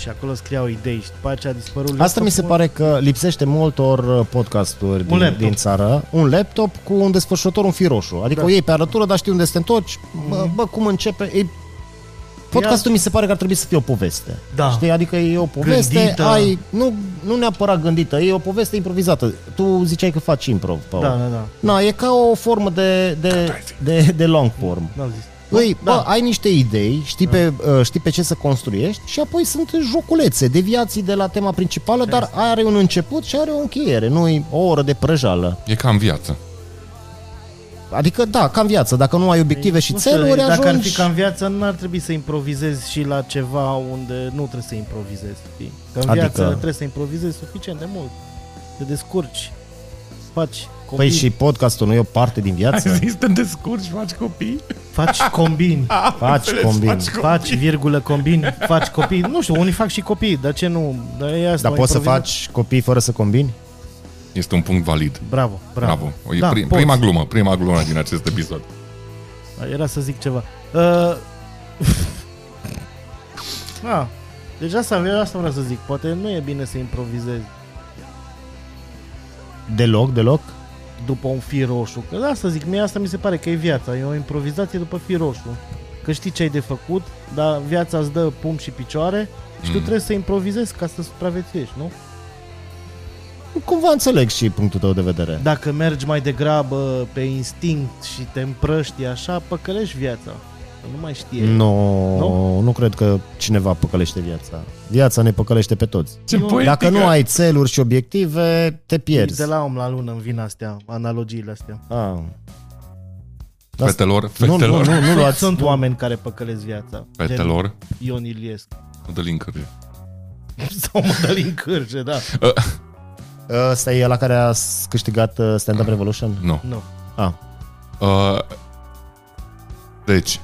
Speaker 3: și acolo scriau idei și după aceea a dispărut
Speaker 1: Asta
Speaker 3: laptopul.
Speaker 1: mi se pare că lipsește multor uh, podcasturi din,
Speaker 3: laptop.
Speaker 1: din țară. Un laptop cu un desfășurător, un fir roșu. Adică da. o iei pe arătură, dar știi unde să te întorci. Bă,
Speaker 3: Mhm.
Speaker 1: bă cum începe... E... Podcastul mi se pare că ar trebui să fie o poveste.
Speaker 3: Da.
Speaker 1: Știi? Adică e o poveste,
Speaker 3: Gândită.
Speaker 1: ai... Nu, nu neapărat gândită, e o poveste improvizată. Tu ziceai că faci improv, Paul.
Speaker 3: Da, da, da.
Speaker 1: Na, e ca o formă de, de, de, de long form.
Speaker 3: N-am zis.
Speaker 1: Păi,
Speaker 3: Da.
Speaker 1: da. bă, ai niște idei, știi, da. pe, uh, știi pe ce să construiești și apoi sunt joculețe, deviații de la tema principală, dar are un început și are o încheiere, nu e o oră de prăjală.
Speaker 2: E ca în viață.
Speaker 1: Adică, da, cam viață, dacă nu ai obiective și
Speaker 3: Păi, Nu știu,
Speaker 1: țeluri,
Speaker 3: Dacă ar fi
Speaker 1: ajungi...
Speaker 3: ca în viață, n-ar trebui să improvizezi și la ceva unde nu trebuie să improvizezi. Știi? Că în
Speaker 1: Adică?
Speaker 3: viață trebuie să improvizezi suficient de mult. Te descurci, faci combini,
Speaker 1: Păi și podcastul nu e o parte din viață?
Speaker 2: zis, te descurci, faci copii?
Speaker 3: faci combini,
Speaker 1: Faci combin.
Speaker 3: faci virgulă combini, faci copii. Nu știu, unii fac și copii, dar ce nu? Dar, e asta,
Speaker 1: Dar
Speaker 3: o
Speaker 1: poți să
Speaker 3: improvizare.
Speaker 1: faci copii fără să combini?
Speaker 2: Este un punct valid.
Speaker 3: Bravo, bravo.
Speaker 2: Bravo. E da, prim,
Speaker 3: poți.
Speaker 2: prima glumă, prima glumă din acest episod.
Speaker 3: Era să zic ceva. Uh, a, deci asta, asta vreau să zic. Poate nu e bine să improvizezi
Speaker 1: Deloc, deloc?
Speaker 3: după un fir roșu. Că asta zic, mie asta mi se pare că e viața. E o improvizație după fir roșu. Că știi ce ai de făcut, dar viața îți dă pum și picioare și tu
Speaker 2: Mm.
Speaker 3: trebuie să improvizezi ca să supraviețuiești, nu?
Speaker 1: Cumva înțeleg și punctul tău de vedere.
Speaker 3: Dacă mergi mai degrabă pe instinct și te împrăști așa, păcălești viața. Nu mai știe.
Speaker 1: Nu,
Speaker 3: Nu?
Speaker 1: nu, nu cred că cineva păcălește viața. Viața ne păcălește pe toți.
Speaker 2: Ce
Speaker 3: Eu-
Speaker 2: poetică!
Speaker 1: Dacă nu ai țeluri și obiective, te pierzi.
Speaker 3: De la om la lună îmi vin astea, analogiile astea.
Speaker 1: Ah.
Speaker 2: Fetelor,
Speaker 1: Da. Nu, nu,
Speaker 2: fetelor,
Speaker 1: nu, nu luați.
Speaker 3: Sunt oameni care păcălesc viața. Gen
Speaker 2: fetelor,
Speaker 3: Ion Iliescu.
Speaker 2: Cătălin Cârge.
Speaker 3: Sau Mădălin Cârge, da.
Speaker 1: Ă, Ăsta e la care a s- câștigat uh, Stand Up Revolution?
Speaker 2: Nu.
Speaker 3: Nu.
Speaker 1: Ah.
Speaker 2: Uh, deci,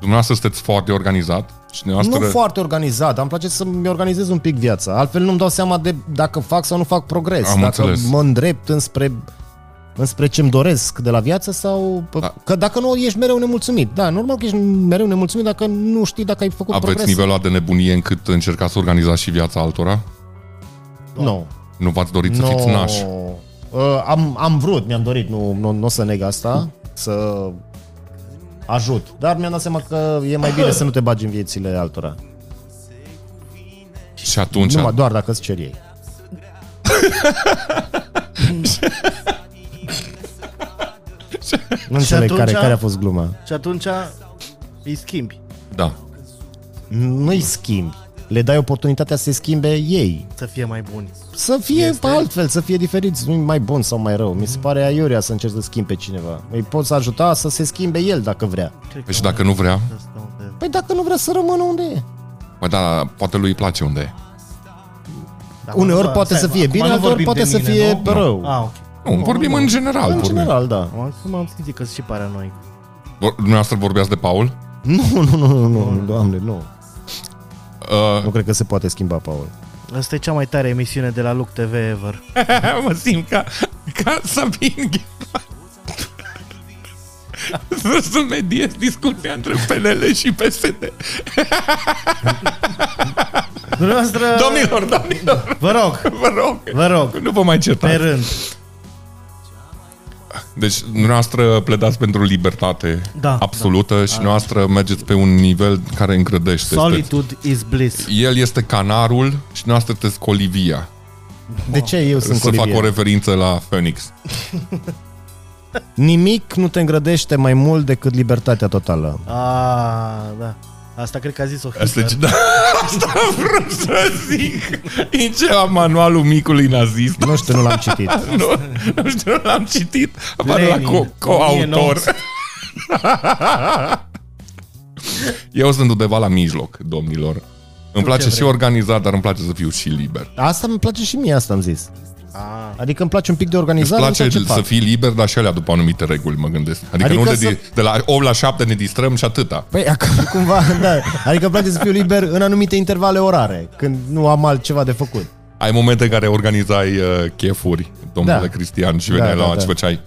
Speaker 2: dumneavoastră sunteți foarte organizat și
Speaker 1: Nu
Speaker 2: dumneavoastră...
Speaker 1: foarte organizat, am place să-mi organizez un pic viața. Altfel nu-mi dau seama de dacă fac sau nu fac progres.
Speaker 2: Am
Speaker 1: dacă
Speaker 2: înțeles.
Speaker 1: mă îndrept înspre, înspre ce-mi doresc de la viață sau...
Speaker 2: Da.
Speaker 1: Da. Că dacă nu, ești mereu nemulțumit. Da, normal că ești mereu nemulțumit dacă nu știi dacă ai făcut
Speaker 2: aveți
Speaker 1: progres.
Speaker 2: nivelul ăla de nebunie încât încercați să organizați și viața altora?
Speaker 1: Nu.
Speaker 2: Nu v-ați dorit să
Speaker 1: Nu.
Speaker 2: fiți naș?
Speaker 1: Uh, am, am vrut, mi-am dorit, nu, nu, nu o să neg asta, să ajut. Dar mi-am dat seama că e mai bine să nu te bagi în viețile altora.
Speaker 2: Și atunci...
Speaker 1: Numai doar dacă îți cer ei. nu
Speaker 3: Și
Speaker 1: înțeleg
Speaker 3: atunci-
Speaker 1: care, care a fost gluma.
Speaker 3: Și atunci îi schimbi.
Speaker 2: Da.
Speaker 1: Nu-i schimbi. Le dai oportunitatea să se schimbe ei.
Speaker 3: Să fie mai buni.
Speaker 1: Să fie este... altfel, să fie diferiți, nu mai bun sau mai rău. Mi se pare aiurea să încerci să schimbi pe cineva. Îi poți ajuta să se schimbe el dacă vrea.
Speaker 3: Cred că
Speaker 2: Păi și
Speaker 3: mai
Speaker 2: dacă nu vrea?
Speaker 3: e asta unde-
Speaker 1: Păi dacă nu vrea să rămână unde e.
Speaker 2: Bă, da, poate lui îi place unde e.
Speaker 3: Dar
Speaker 1: Uneori
Speaker 3: nu-
Speaker 1: poate să
Speaker 3: stai,
Speaker 1: fie
Speaker 3: acum
Speaker 1: bine,
Speaker 3: nu
Speaker 1: alteori
Speaker 3: vorbim
Speaker 1: poate
Speaker 3: de
Speaker 1: să
Speaker 3: mine,
Speaker 1: fie
Speaker 3: nu?
Speaker 1: rău.
Speaker 3: Ah, ok.
Speaker 2: Nu, vorbim în general.
Speaker 1: În
Speaker 2: vorbim.
Speaker 1: general, da.
Speaker 3: Acum am simțit că sunt și paranoic.
Speaker 2: Vor- Dumneavoastră vorbeați de Paul?
Speaker 1: Nu, nu, nu, nu, nu, doamne, nu.
Speaker 2: Uh,
Speaker 1: Nu cred că se poate schimba, Paul.
Speaker 3: Asta e cea mai tare emisiune de la Look TV ever.
Speaker 2: mă simt ca, ca Sabin Să mediez discuția între PNL și PSD.
Speaker 3: Dumneavoastră,
Speaker 2: Domnilor, domnilor,
Speaker 3: vă rog,
Speaker 2: vă rog,
Speaker 3: vă rog,
Speaker 2: nu vă mai
Speaker 3: pe
Speaker 2: certați.
Speaker 3: rând.
Speaker 2: Deci, dumneavoastră pledați pentru libertate
Speaker 3: Da,
Speaker 2: absolută și dumneavoastră mergeți pe un nivel care încrădește.
Speaker 3: Solitude is bliss.
Speaker 2: El este canarul și dumneavoastră sunteți colivia.
Speaker 1: De ce eu sunt
Speaker 2: să fac o
Speaker 1: Olivier?
Speaker 2: referință la Phoenix.
Speaker 1: Nimic nu te îngrădește mai mult decât libertatea totală.
Speaker 3: Ah, da. Asta cred că a zis-o
Speaker 2: Asta,
Speaker 3: Hitler.
Speaker 2: da, asta vreau să zic. E ceva manualul micului nazist.
Speaker 1: Nu știu, nu l-am citit.
Speaker 2: Nu, nu știu, nu l-am citit. Apare la
Speaker 3: Lenin,
Speaker 2: co- coautor.
Speaker 3: 1900.
Speaker 2: Eu sunt undeva la mijloc, domnilor. Îmi place și organizat, dar îmi place să fiu și liber.
Speaker 1: Asta îmi place și mie, asta am zis.
Speaker 3: Ah,
Speaker 1: Adică îmi place un pic de
Speaker 2: Îți
Speaker 1: organizare,
Speaker 2: place
Speaker 1: îmi place ce
Speaker 2: să
Speaker 1: fac.
Speaker 2: fii liber, dar și alea după anumite reguli, mă gândesc. Adică,
Speaker 1: Adică
Speaker 2: nu de,
Speaker 1: să-
Speaker 2: de, de la 8 la 7 ne distrăm și atâta.
Speaker 1: Păi acum cumva, da. Adică îmi place să fiu liber în anumite intervale orare, când nu am altceva de făcut.
Speaker 2: Ai momente în care organizai uh, chefuri, domnule da.
Speaker 1: Da.
Speaker 2: Cristian, și veneai
Speaker 1: Da,
Speaker 2: la
Speaker 1: da, da.
Speaker 2: și făceai...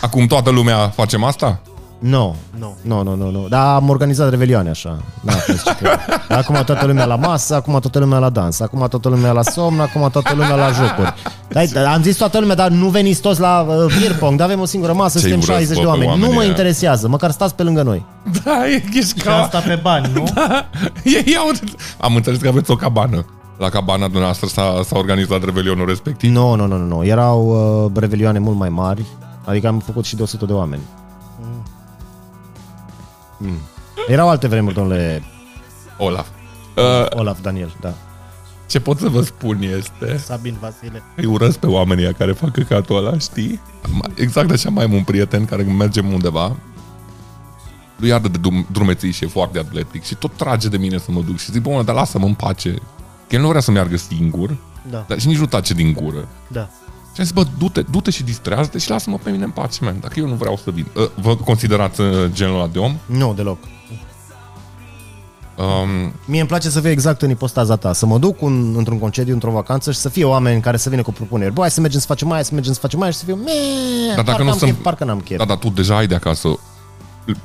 Speaker 2: Acum toată lumea facem asta?
Speaker 1: Nu.
Speaker 3: Nu.
Speaker 1: Nu, nu, nu, nu. Dar am organizat revelioane așa. Da, acum toată lumea la masă, acum toată lumea la dans, acum toată lumea la somn, acum toată lumea la jocuri. Dai, da, am zis toată lumea, dar nu veniți toți la uh, beer pong, dar avem o singură masă,
Speaker 2: Ce-i
Speaker 1: suntem
Speaker 2: urăsc,
Speaker 1: 60 de
Speaker 2: bă, pe
Speaker 1: oameni. Nu
Speaker 2: oamenii
Speaker 1: mă
Speaker 2: aia.
Speaker 1: interesează, măcar stați pe lângă noi.
Speaker 2: Da, e- ești
Speaker 3: și asta pe bani, nu?
Speaker 2: Ei, iau... Am înțeles că aveți o cabană. La cabana dumneavoastră s-a, s-a organizat revelionul respectiv.
Speaker 1: Nu, nu, nu, nu, nu. Erau uh, revelioane mult mai mari, adică am făcut și de 100 de oameni. Mm. Erau alte vremuri, domnule
Speaker 2: Olaf. Uh,
Speaker 1: Olaf Daniel, da.
Speaker 2: ce pot să vă spun este
Speaker 3: Sabin Vasile.
Speaker 2: Îi urăsc pe oamenii ăia care fac căcatul ăla, știi? Am- Exact așa mai am un prieten care mergem undeva lui arde de drum- drumeții și e foarte atletic și tot trage de mine să mă duc și zic, bă, mă, dar lasă-mă în pace. Că el nu vrea să meargă singur,
Speaker 3: Da,
Speaker 2: dar și nici nu tace din gură.
Speaker 3: da.
Speaker 2: Și am zis, bă, du-te, du-te și distrează-te și lasă-mă pe mine în pace, man, dacă eu nu vreau să vin. Uh, Vă considerați uh, genul ăla de om?
Speaker 1: Nu, deloc.
Speaker 2: Um,
Speaker 1: Mie îmi place să fiu exact în ipostaza ta, să mă duc un, într-un concediu, într-o vacanță și să fie oameni care să vină cu propuneri. Bă, hai să mergem să facem aia, să mergem să facem aia și să fiu... Meh,
Speaker 2: dacă
Speaker 1: parcă
Speaker 2: nu
Speaker 1: am
Speaker 2: sunt-
Speaker 1: chef, parcă n-am chef.
Speaker 2: da, dar tu deja ai de acasă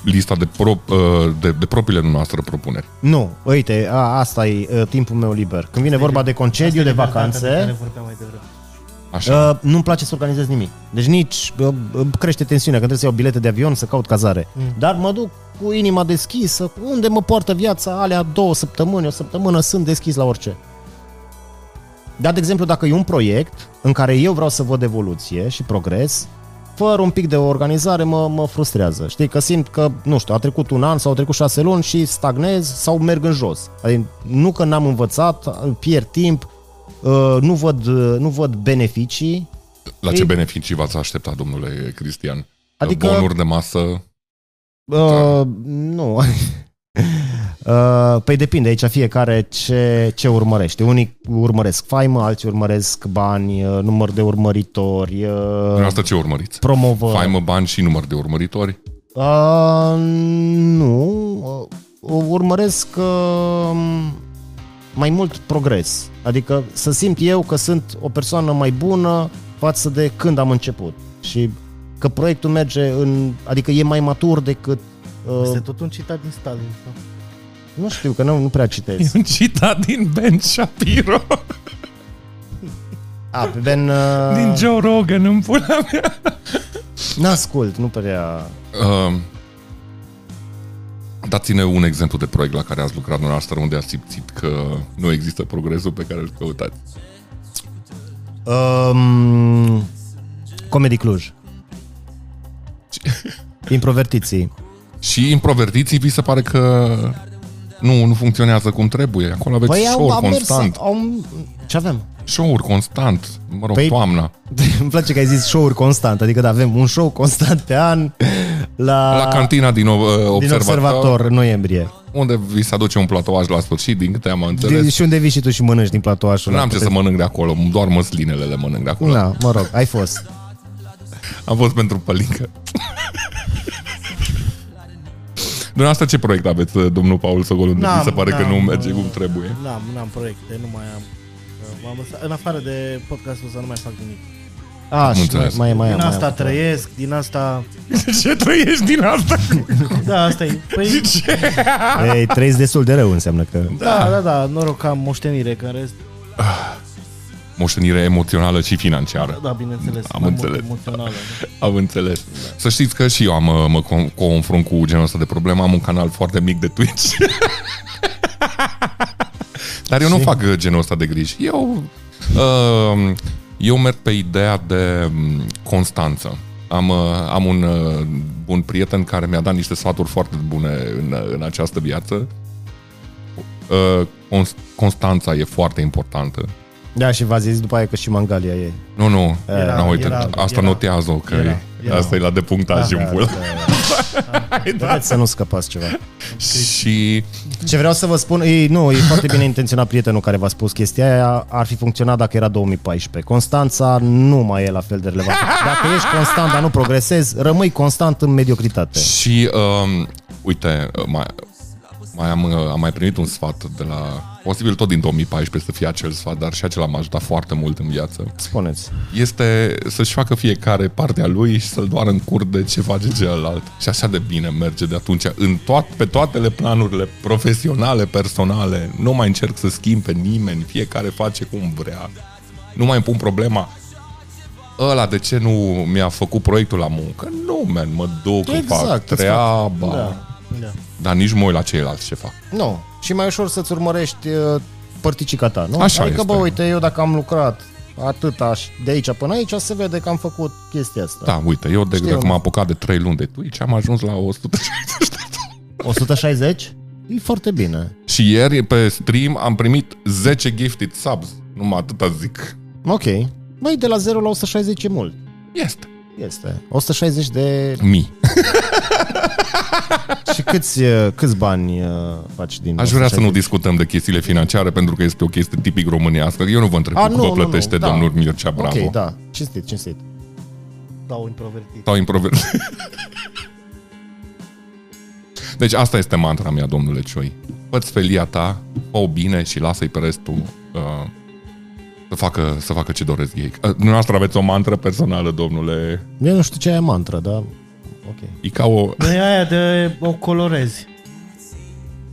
Speaker 2: lista de, pro, uh, de, de propriile noastre propuneri.
Speaker 1: Nu, uite, a, asta e a, timpul meu liber. Când vine vorba de concediu, de
Speaker 3: Libertatea Da, de care
Speaker 1: vacanțe,
Speaker 3: vorbeam mai devreme.
Speaker 2: Așa.
Speaker 1: a, nu-mi place să organizez nimic. Deci nici a, a, crește tensiunea, că trebuie să iau bilete de avion, să caut cazare.
Speaker 2: Mm.
Speaker 1: Dar mă duc cu inima deschisă, unde mă poartă viața, alea două săptămâni, o săptămână, sunt deschis la orice. Dar, de exemplu, dacă e un proiect în care eu vreau să văd evoluție și progres, fără un pic de organizare mă, mă frustrează. Știi că simt că, nu știu, a trecut un an sau au trecut șase luni și stagnez sau merg în jos. Adică nu că n-am învățat, pierd timp, uh, nu văd, nu văd beneficii.
Speaker 2: La ce
Speaker 1: Ei-
Speaker 2: beneficii v-ați așteptat, domnule Cristian?
Speaker 1: Adică-
Speaker 2: Adică... Bonuri de masă?
Speaker 1: Uh, nu. Uh, păi depinde aici fiecare ce, ce urmărește. Unii urmăresc faimă, alții urmăresc bani, uh, număr de urmăritori,
Speaker 2: În
Speaker 1: uh,
Speaker 2: asta ce urmăriți?
Speaker 1: promovări.
Speaker 2: Faimă, bani și număr de urmăritori?
Speaker 1: Uh, nu, uh, urmăresc uh, mai mult progres. Adică să simt eu că sunt o persoană mai bună față de când am început. Și că proiectul merge în... Adică e mai matur decât...
Speaker 3: Este
Speaker 1: Uh,
Speaker 3: tot un citat din Stalin. sau?
Speaker 1: nu știu, că nu, nu prea citesc.
Speaker 2: un citat din Ben Shapiro,
Speaker 1: A, pe Ben... Uh,
Speaker 2: Joe Rogan, în pula mea.
Speaker 1: N-ascult, nu prea...
Speaker 2: Uh, dați-ne un exemplu de proiect la care ați lucrat noastră, unde ați simțit că nu există progresul pe care îl căutați.
Speaker 1: Um, Comedy Cluj. Introvertiții.
Speaker 2: Și introvertiții vi se pare că nu, nu funcționează cum trebuie. Acolo aveți păi
Speaker 1: au,
Speaker 2: show-uri
Speaker 1: am mers,
Speaker 2: constant.
Speaker 1: am... Ce avem?
Speaker 2: Show-uri constant. Mă rog,
Speaker 1: Păi-
Speaker 2: păi... toamna.
Speaker 1: Îmi place că ai zis show-uri constant, adică da, avem un show constant pe an la,
Speaker 2: La cantina din, uh, observator,
Speaker 1: din observator în noiembrie.
Speaker 2: unde vi se aduce un platouaj la sfârșit, din câte am înțeles.
Speaker 1: De, și unde vii și tu și mănânci din platoașul
Speaker 2: N-am ce să mănânc de acolo, doar măslinele le mănânc de acolo.
Speaker 1: Na, mă rog, ai fost.
Speaker 2: Am fost pentru pălincă. Dumneavoastră ce proiect aveți, domnul Paul Sogol, unde
Speaker 3: N-am,
Speaker 2: vi se pare că
Speaker 3: n-am,
Speaker 2: nu merge
Speaker 3: uh,
Speaker 2: cum trebuie?
Speaker 3: N-am, n-am proiecte, nu mai am. Uh, M-am lăsat, în afară de podcastul ăsta nu mai fac nimic.
Speaker 1: A, și mai,
Speaker 2: înțeles.
Speaker 1: mai, mai
Speaker 3: din
Speaker 1: am,
Speaker 3: asta
Speaker 1: mai am.
Speaker 3: trăiesc, din asta...
Speaker 2: Ce trăiești din asta?
Speaker 3: Da, asta e. Păi,
Speaker 2: Ce?
Speaker 1: Ei, trăiesc destul de rău înseamnă că...
Speaker 3: da, da, da, noroc că am moștenire, că în rest,
Speaker 2: Moștenire emoțională și financiară.
Speaker 3: da, bineînțeles,
Speaker 2: Am
Speaker 3: mai
Speaker 2: înțeles.
Speaker 3: mult emoțională. da.
Speaker 2: Am înțeles. Să știți că și eu am, uh, mă con- confrunt cu genul ăsta de problemă. Am un canal foarte mic de Twitch. Dar eu nu fac uh, genul ăsta de griji. Eu, uh, eu merg pe ideea de um, constanță. Am, uh, am un uh, bun prieten care mi-a dat niște sfaturi foarte bune în, uh, în această viață. Uh, cons- Constanța e foarte importantă.
Speaker 1: Da, și v-a zis după aia că și Mangalia e.
Speaker 2: Nu, nu,
Speaker 1: Era-
Speaker 2: na, uite,
Speaker 3: era-
Speaker 2: asta
Speaker 3: era-
Speaker 2: notează-o, că
Speaker 3: era-
Speaker 2: e-
Speaker 3: era. Da,
Speaker 2: asta e la depunctaj în pula.
Speaker 1: Vreți să nu scăpați ceva.
Speaker 2: Și
Speaker 1: Ce vreau să vă spun, e, nu, e foarte bine intenționat prietenul care v-a spus chestia aia, ar fi funcționat dacă era 2014. Constanța nu mai e la fel de relevantă. Dacă ești constant, dar nu progresezi, rămâi constant în mediocritate.
Speaker 2: Și, um, uite, mai, mai am, uh, am mai primit un sfat de la... Posibil tot din 2014 să fie acel sfat, dar și acela m-a ajutat foarte mult în viață.
Speaker 1: Spuneți.
Speaker 2: Este să-și facă fiecare partea lui și să-l doară în cur de ce face celălalt. Și așa de bine merge de atunci. În toat, pe toatele planurile profesionale, personale, nu mai încerc să schimb pe nimeni, fiecare face cum vrea. Nu mai îmi pun problema ăla de ce nu mi-a făcut proiectul la muncă. Nu, man, mă duc, exact,
Speaker 1: Exact,
Speaker 2: fac
Speaker 1: îți fac-
Speaker 2: treaba.
Speaker 3: Da, da.
Speaker 2: Dar nici mă uit la ceilalți ce fac.
Speaker 1: Nu. Și mai ușor să-ți urmărești uh, părticica ta, nu?
Speaker 2: Așa
Speaker 1: adică,
Speaker 2: este.
Speaker 1: bă, uite, eu dacă am lucrat atâta și de aici până aici, se vede că am făcut chestia asta.
Speaker 2: Da, uite, eu de,
Speaker 1: Știu,
Speaker 2: de când
Speaker 1: nu?
Speaker 2: m-am apucat de 3 luni de Twitch, am ajuns la 160 de
Speaker 1: 160? E foarte bine.
Speaker 2: Și ieri pe stream am primit 10 gifted subs. Numai atâta zic.
Speaker 1: Ok. Băi, de la 0 la 160 e mult.
Speaker 2: Este.
Speaker 1: Este. 160 de
Speaker 2: Mi.
Speaker 1: Și câți, uh, câți bani uh, faci din
Speaker 2: Aș vrea să nu
Speaker 1: 160?
Speaker 2: discutăm de chestiile financiare pentru că este o chestie tipic românească. Eu nu vă întreb
Speaker 1: A,
Speaker 2: cum
Speaker 1: nu,
Speaker 2: vă
Speaker 1: nu, nu,
Speaker 2: plătește
Speaker 1: da.
Speaker 2: domnul Mircea Bravo.
Speaker 1: Ok, da. Cinstit, cinstit.
Speaker 3: Dau introvertit.
Speaker 2: Sau improvert. deci asta este mantra mea, domnule Cioi. Fă-ți felia ta, fă bine și lasă-i pe restul uh, să, facă, să facă ce doresc ei. Uh, dumneavoastră aveți o mantră personală, domnule.
Speaker 1: Eu nu știu ce e mantra, dar... Ok.
Speaker 2: E ca o...
Speaker 3: Nu e aia de o colorezi.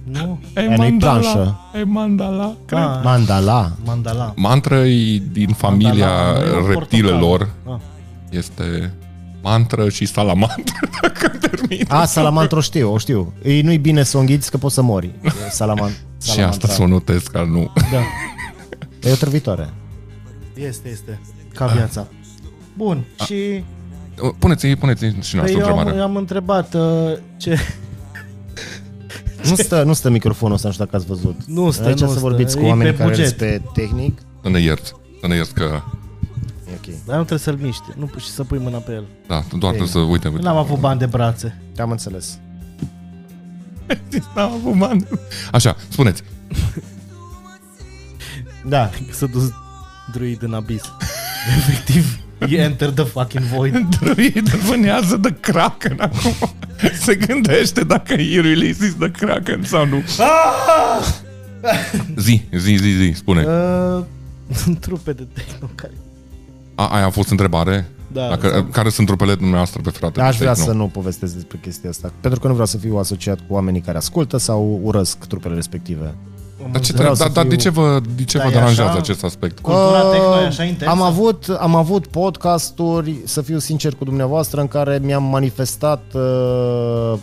Speaker 3: Nu?
Speaker 1: Aia nu-i planșă.
Speaker 2: Ai mandala.
Speaker 3: Ah,
Speaker 1: Mandala.
Speaker 3: mandala.
Speaker 2: Mantră e din familia
Speaker 3: Mandala, nu e o
Speaker 2: reptilelor.
Speaker 3: portocală.
Speaker 2: Este mantră și salamandră, dacă îmi permit.
Speaker 1: A, salamantru știu, o știu. Ei, nu-i bine să o înghiți că poți să mori. E Salaman,
Speaker 2: Și asta să o notez ca nu.
Speaker 3: Da.
Speaker 1: E o trăvitoare.
Speaker 3: Este, este. Ca viața. Bun, și
Speaker 2: Puneți-i, puneți-i și noastră
Speaker 3: Păi eu am,
Speaker 2: întrebare.
Speaker 3: eu am întrebat uh, ce...
Speaker 1: Nu stă, nu stă microfonul ăsta, nu știu dacă ați văzut.
Speaker 3: Nu stă,
Speaker 1: Aici
Speaker 3: nu
Speaker 1: să
Speaker 3: stă.
Speaker 1: vorbiți cu
Speaker 3: E
Speaker 1: oamenii
Speaker 3: pe
Speaker 1: care
Speaker 3: buget.
Speaker 1: sunt pe tehnic.
Speaker 2: Să ne iert. Să ne iert că...
Speaker 1: E Ok.
Speaker 3: Dar nu trebuie să-l miști nu, și să pui mâna pe el.
Speaker 2: Da, doar trebuie să uite. uite.
Speaker 3: N-am avut bani de brațe.
Speaker 1: Am înțeles.
Speaker 2: N-am avut bani. Așa, spuneți.
Speaker 1: Da.
Speaker 3: S-a dus druid în abis. Efectiv, e enter the fucking void.
Speaker 2: Druid vânează de Kraken acum. Se gândește dacă e releases de Kraken sau nu. zi, zi, zi, zi, spune.
Speaker 3: Uh, sunt trupe de techno care...
Speaker 2: A, aia a fost întrebare?
Speaker 3: Da,
Speaker 2: Dacă, care sunt trupele dumneavoastră pe frate?
Speaker 1: Aș vrea
Speaker 2: Tehno?
Speaker 1: să nu povestesc despre chestia asta, pentru că nu vreau să fiu asociat cu oamenii care ascultă sau urăsc trupele respective.
Speaker 3: am
Speaker 2: Dar, ce,
Speaker 3: înțeles.
Speaker 1: Vreau
Speaker 2: da,
Speaker 1: să
Speaker 2: da, dar de
Speaker 1: fiu-
Speaker 2: ce vă, de ce
Speaker 3: Da,
Speaker 2: vă
Speaker 3: e așa.
Speaker 2: deranjează acest aspect?
Speaker 3: Cultura
Speaker 1: Uh,
Speaker 3: techno e așa intensă.
Speaker 1: Am avut, am avut podcasturi, să fiu sincer cu dumneavoastră, în care mi-am manifestat uh,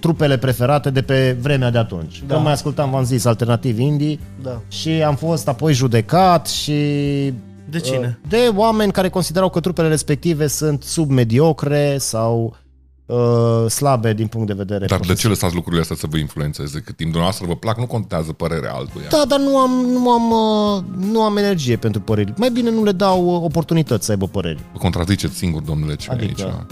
Speaker 1: trupele preferate de pe vremea de atunci. Da.
Speaker 3: Da.
Speaker 1: Că mai ascultam, v-am zis, alternativ indie
Speaker 3: Da.
Speaker 1: și am fost apoi judecat și...
Speaker 3: De cine?
Speaker 1: Uh, de oameni care considerau că trupele respective sunt submediocre sau uh, slabe din punct de vedere
Speaker 2: Dar de
Speaker 1: profesional.
Speaker 2: ce lăsați lucrurile astea să vă influențeze? Cât timp dumneavoastră vă plac, nu contează părerea altuia.
Speaker 1: Da, dar nu am, nu am, uh, nu am energie pentru păreri. Mai bine nu le dau uh, oportunități să aibă păreri.
Speaker 2: Vă contraziceți singur, domnule, ce
Speaker 1: Adică?
Speaker 2: adică... aici.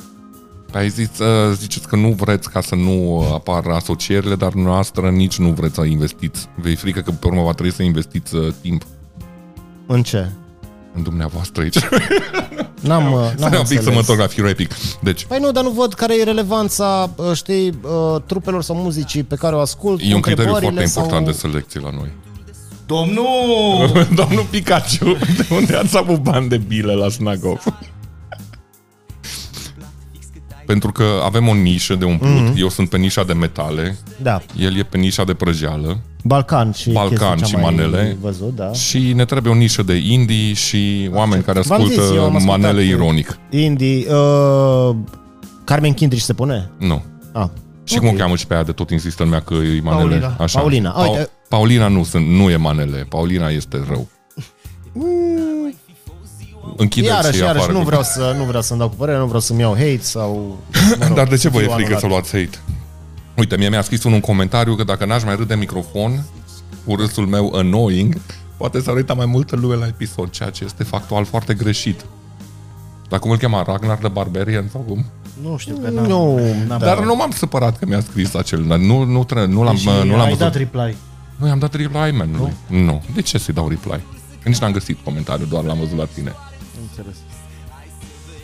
Speaker 2: Păi Ai zis, uh, ziceți că nu vreți ca să nu uh, apară asocierile, dar noastră nici nu vreți să investiți. Vă e frică că pe urmă va trebui să investiți uh, timp
Speaker 1: În ce?
Speaker 2: în dumneavoastră aici.
Speaker 1: N-am, uh, n-am
Speaker 2: Stai un pic să mă
Speaker 1: înțeles.
Speaker 2: întorc la Fear Epic. Deci,
Speaker 1: Păi nu, dar nu văd care e relevanța, uh, știi, uh, trupelor sau muzicii pe care o ascult.
Speaker 2: e un criteriu foarte
Speaker 1: întrebările
Speaker 2: important de
Speaker 1: sau...
Speaker 2: selecție la noi.
Speaker 3: Domnul!
Speaker 2: Domnul Pikachu, de unde ați avut bani de bile la Snagov? Pentru că avem o nișă de umplut,
Speaker 1: Mhm.
Speaker 2: mm-hmm. eu sunt pe nișa de metale,
Speaker 1: Da,
Speaker 2: el e pe nișa de prăjeală
Speaker 1: Balcan și
Speaker 2: Balcan
Speaker 1: chestii ce
Speaker 2: și
Speaker 1: am mai
Speaker 2: manele.
Speaker 1: văzut, da.
Speaker 2: și ne trebuie o nișă de indie și oameni care
Speaker 1: V-am zis, eu am
Speaker 2: ascultă
Speaker 1: ascultat
Speaker 2: manele
Speaker 1: cu-
Speaker 2: ironic.
Speaker 1: Indie, uh, Carmen Kindrich se pune?
Speaker 2: Nu.
Speaker 1: Ah.
Speaker 2: Și cum o cheamă și pe aia de tot insistă lumea că e manele?
Speaker 3: Paulina.
Speaker 2: Așa.
Speaker 1: Paulina. Ah, uite.
Speaker 2: Paulina nu, sunt, nu e manele. Paulina este rău. Închideți
Speaker 1: Mm. Iarăși,
Speaker 2: și
Speaker 1: iarăși,
Speaker 2: afară
Speaker 1: nu
Speaker 2: cu-
Speaker 1: vreau, să, nu vreau să-mi dau cu părere, nu vreau să-mi iau hate sau... mă rog,
Speaker 2: Dar de ce vă e
Speaker 1: fiu
Speaker 2: frică
Speaker 1: anulat.
Speaker 2: să luați hate? Uite, mie mi-a scris unul în comentariu că dacă n-aș mai râde microfon cu râsul meu annoying, poate s-ar uita mai multă lume la episod, ceea ce este factual foarte greșit. Dar cum îl chema? Ragnar de Barbarian sau cum?
Speaker 3: Nu știu că n-am...
Speaker 1: Nu,
Speaker 3: n-am
Speaker 2: Dar nu m-am supărat că mi-a scris acel, dar nu, nu, tre- nu
Speaker 1: Deci
Speaker 2: l-am, uh,
Speaker 3: Și
Speaker 2: nu l-am
Speaker 3: ai dat
Speaker 2: văzut.
Speaker 3: reply.
Speaker 2: Nu, i-am dat reply, man. Nu? nu. De ce să-i dau reply? Că nici n-am găsit comentariul, doar l-am văzut la tine.
Speaker 3: Înțeles.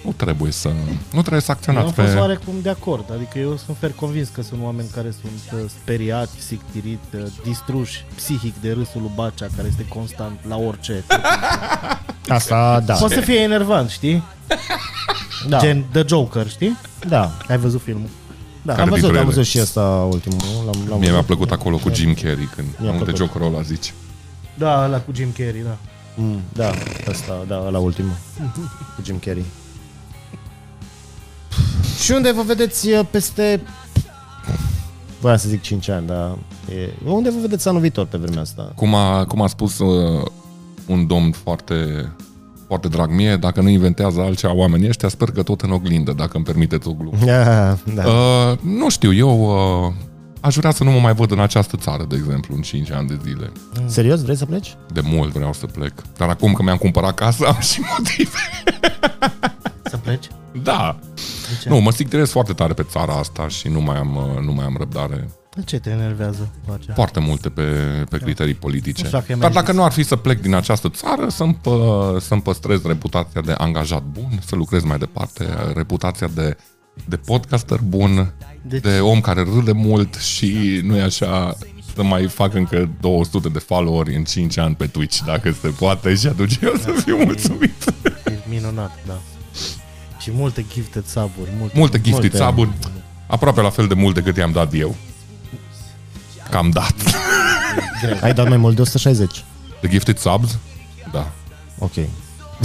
Speaker 2: Nu trebuie să... Nu trebuie să
Speaker 3: Eu am
Speaker 2: acționați
Speaker 3: fost
Speaker 2: pe...
Speaker 3: oarecum de acord, adică eu sunt fer convins că sunt oameni care sunt uh, speriați, sictiriți, uh, distruși psihic de râsul lui Bacea, care este constant la orice.
Speaker 1: Asta, da.
Speaker 3: Poate să fie enervant, știi?
Speaker 1: da.
Speaker 3: Gen The Joker, știi?
Speaker 1: Da.
Speaker 3: Ai văzut filmul.
Speaker 1: Da,
Speaker 2: Care
Speaker 1: am
Speaker 2: dintre
Speaker 1: văzut, am
Speaker 2: ele?
Speaker 1: văzut și asta ultimul. L-am, l-am
Speaker 2: Mie mi-a
Speaker 1: văzut.
Speaker 2: plăcut acolo cu Jim Carrey când
Speaker 1: Mi-a
Speaker 2: am multe
Speaker 1: plăcut.
Speaker 2: jocul ăla zici.
Speaker 3: Da, la cu Jim Carrey, da.
Speaker 1: Mm, da, asta, da, la ultimul. Cu Jim Carrey. Și unde vă vedeți uh, peste... Voiam să zic 5 ani, dar... E... Unde vă vedeți anul viitor pe vremea asta?
Speaker 2: Cum a, cum a spus uh, un domn foarte, foarte drag mie, dacă nu inventează altceva oamenii ăștia, sper că tot în oglindă, dacă îmi permiteți o glumă.
Speaker 1: Da. da.
Speaker 2: Uh, nu știu, eu uh, aș vrea să nu mă mai văd în această țară, de exemplu, în 5 ani de zile.
Speaker 1: Uh. Serios, vrei să pleci?
Speaker 2: De mult vreau să plec. Dar acum că mi-am cumpărat casa, am și motive.
Speaker 3: Să pleci?
Speaker 2: Da.
Speaker 3: De ce?
Speaker 2: Nu, mă stictirez foarte tare pe țara asta și nu mai am, uh, nu mai am răbdare.
Speaker 3: De ce te enervează Bacea?
Speaker 2: Foarte multe pe, pe criterii
Speaker 3: Nu
Speaker 2: politice.
Speaker 3: știu dacă Da. Exact, e mai
Speaker 2: Dar dacă
Speaker 3: zis.
Speaker 2: nu ar fi să plec din această țară, să-mi, pă, să-mi păstrez reputația de angajat bun, să lucrez mai departe, reputația de, de podcaster bun,
Speaker 3: Deci-
Speaker 2: de om care râde mult și nu e așa să mai fac încă 200 de followeri în 5 ani pe Twitch, dacă se poate, și atunci eu să fiu mulțumit.
Speaker 3: E minunat, da. Și multe gifted sub-uri, multe.
Speaker 2: Multe gifted
Speaker 1: Multe.
Speaker 2: sub aproape la fel de mult decât i-am dat eu. Cam dat.
Speaker 1: Ai dat mai mult de 160.
Speaker 2: De gifted subs? Da.
Speaker 1: Ok.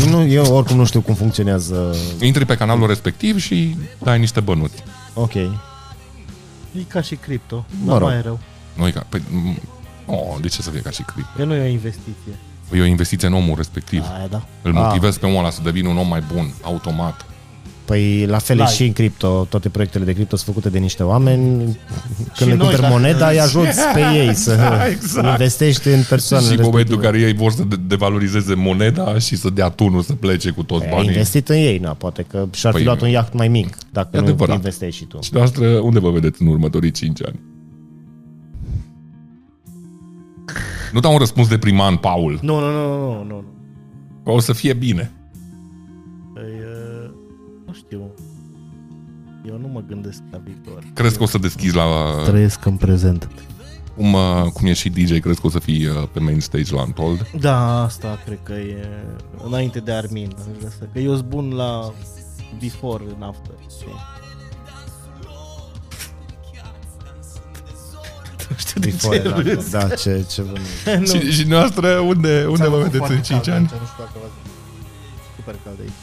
Speaker 1: Nu, eu oricum nu știu cum funcționează...
Speaker 2: Intri pe canalul respectiv și dai niște bănuți.
Speaker 1: Ok.
Speaker 3: E ca și cripto,
Speaker 1: Mă
Speaker 3: dar
Speaker 1: rog.
Speaker 3: mai e rău.
Speaker 2: Noi ca... Păi, m- oh, de ce să fie ca și Păi clip?
Speaker 3: Că nu e o investiție.
Speaker 2: E o investiție în omul respectiv.
Speaker 3: Aia, da.
Speaker 2: Îl motivez pe omul ăla să devină un om mai bun, automat.
Speaker 1: Păi la fel e
Speaker 3: Live.
Speaker 1: și în cripto, toate proiectele de cripto sunt făcute de niște oameni. Când le
Speaker 3: noi,
Speaker 1: cumperi
Speaker 3: dacă-
Speaker 1: moneda, îi ajuți pe ei să
Speaker 2: Da, exact.
Speaker 1: investești în persoane.
Speaker 2: și în momentul în care ei vor să de- devalorizeze moneda și să dea tunul să plece cu toți
Speaker 1: Ai
Speaker 2: banii.
Speaker 1: investit în ei, na, poate că și-ar fi
Speaker 2: Păi-
Speaker 1: luat un iaht mai mic dacă
Speaker 2: E
Speaker 1: nu
Speaker 2: adevărat.
Speaker 1: investești și tu.
Speaker 2: Și noastră, unde vă vedeți în următorii 5 ani? Nu dau un răspuns de priman, Paul.
Speaker 3: Nu, nu, nu, nu, nu, nu.
Speaker 2: O să fie bine.
Speaker 3: Păi, uh, nu știu. Eu nu mă gândesc la viitor.
Speaker 2: Crezi că o să deschizi la...
Speaker 3: Trăiesc în prezent.
Speaker 2: Cum, uh, cum e și DJ, crezi că o să fii uh, pe main stage la Untold?
Speaker 3: Da, asta cred că e înainte de Armin. aș vrea să- Că eu sunt bun la before în after. știi? Nu știu de
Speaker 1: Before,
Speaker 3: ce râzi.
Speaker 1: da, da, ce, ce bun.
Speaker 3: Nu.
Speaker 2: Și, și noastră, unde, unde vă
Speaker 4: Foarte
Speaker 2: vedeți în
Speaker 4: cald
Speaker 2: 5 ani?
Speaker 4: aici, nu știu dacă v-ați- Super cald aici.